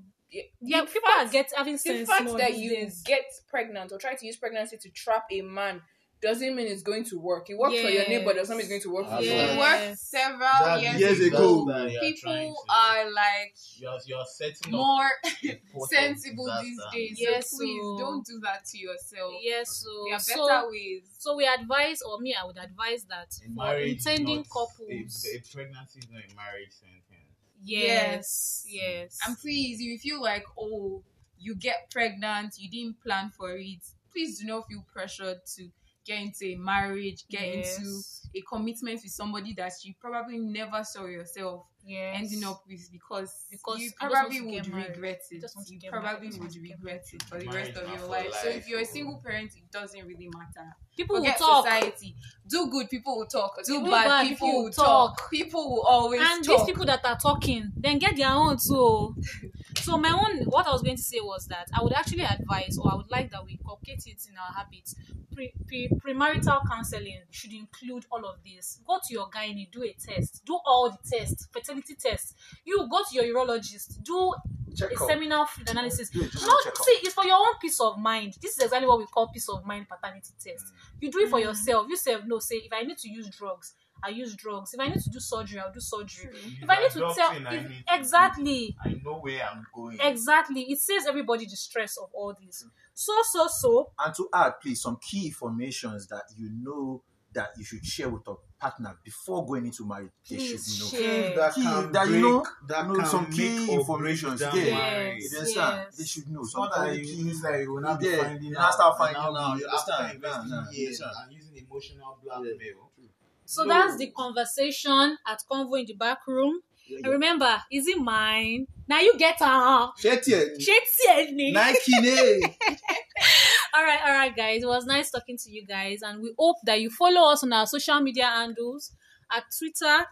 S1: Yeah,
S6: the
S1: people
S6: fact,
S1: are get having
S6: the
S1: sense
S6: fact
S1: more
S6: that
S1: these
S6: you
S1: days.
S6: get pregnant or try to use pregnancy to trap a man doesn't mean it's going to work. It worked for your neighbor, doesn't mean it's going to work for
S2: Yes.
S6: you.
S4: It
S2: Yes.
S4: worked several
S2: That
S4: years,
S2: is
S3: Years
S2: the
S3: ago.
S2: disaster you are trying
S4: People
S2: to-
S4: are like
S2: you are, you are setting up
S4: more
S2: a pot of
S4: sensible these
S2: disaster.
S4: days.
S1: Yes,
S4: so please
S1: so-
S4: don't do that to yourself.
S1: Yes, so
S4: There are
S1: so-
S4: better ways.
S1: So we advise, or me, I would advise that
S2: A
S1: for
S2: marriage is
S1: intending
S2: not-
S1: couples,
S2: A, a pregnancy is not a marriage sentence.
S1: yes,
S4: Yes.
S1: yes,
S4: And please, if you feel like, oh, you get pregnant, you didn't plan for it, please do not feel pressured to get into a marriage, get into
S1: yes,
S4: a commitment with somebody that you probably never saw yourself
S1: yes.
S4: ending up with because,
S1: Because
S4: you
S1: you just want
S4: probably
S1: to get
S4: would
S1: married.
S4: regret
S1: You
S4: it.
S1: just want to
S4: You
S1: get married.
S4: probably
S1: You just want
S4: would
S1: to get
S4: regret it for the
S2: Marriage
S4: rest of
S2: not
S4: your
S2: for
S4: life. So
S2: life,
S4: if you're a
S2: oh.
S4: single parent, it doesn't really matter.
S1: people will
S4: Forget
S1: talk.
S4: society. Do good, people will talk. Do
S1: Do
S4: bad,
S1: bad,
S4: people, will talk. People will always
S1: and
S4: talk.
S1: these people that are talking then get their own too oh. So my own, what I was going to say was that I would actually advise, or I would like that we inculcate it in our habits. Pre, pre, premarital counseling should include all of this. Go to your gynae, do a test, do all the tests, fertility tests. You go to your urologist, do
S3: Check
S1: a
S3: up.
S1: seminal fluid analysis.
S3: Do a general
S1: No,
S3: check up.
S1: see, it's for your own peace of mind. This is exactly what we call peace of mind paternity test. You do it
S3: Mm.
S1: for yourself. You say no. Say if I need to use drugs, I use drugs. If I need to do surgery, I'll do surgery. If I need to
S2: Doctor,
S1: tell,
S2: I
S1: if-
S2: need to-
S1: exactly,
S2: I know where I'm going.
S1: exactly, it saves everybody the stress of all this. So, so, so,
S3: And to add, please, some key informations that you know that you should share with your partner before going into marriage. They
S1: please
S3: should know.
S1: share.
S7: That
S3: Eh, Key-
S7: can
S3: that
S7: break,
S3: you know-
S7: that
S3: know
S7: can
S3: some key
S7: make or break
S3: informations,
S7: down
S3: yeah.
S7: marriage.
S1: Yes.
S3: You understand? They should know.
S2: It's not that
S3: Sometimes
S2: you
S3: key-
S2: use that you will not be
S3: Yeah,
S2: finding
S3: you now
S2: out.
S3: start
S2: and
S3: finding
S2: now
S3: out,
S2: you-
S3: you
S2: after
S3: understand? Nah,
S2: investing
S3: nah, you
S2: years
S3: understand.
S2: and using emotional blackmail.
S1: So
S2: No.
S1: that's the conversation at Convo in the back room.
S3: Yeah,
S1: And remember, is it mine? Now you get out.
S3: Shetie,
S1: Shake All
S3: Nike, ne.
S1: right, all right, guys. It was nice talking to you guys, and we hope that you follow us on our social media handles at Twitter.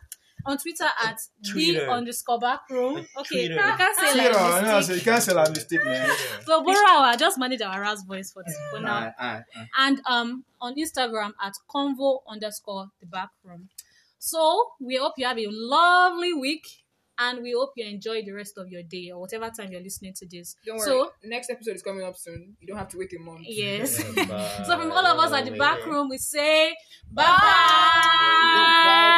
S1: On Twitter at the
S7: Twitter.
S1: underscore back room. Okay,
S7: Twitter.
S1: I can't say
S7: Twitter,
S1: like
S7: no,
S1: this.
S7: so you can't sell a mistake, man.
S1: So Bora, just manage our ass voice for, for now.
S3: Aye, aye, aye.
S1: and um on Instagram at convo underscore the back room. So we hope you have a lovely week and we hope you enjoy the rest of your day or whatever time you're listening to this.
S6: Don't worry.
S1: So
S6: Next episode is coming up soon. You don't have to wait a month.
S1: yes. so from all of us at the back room we say bye.
S6: Bye.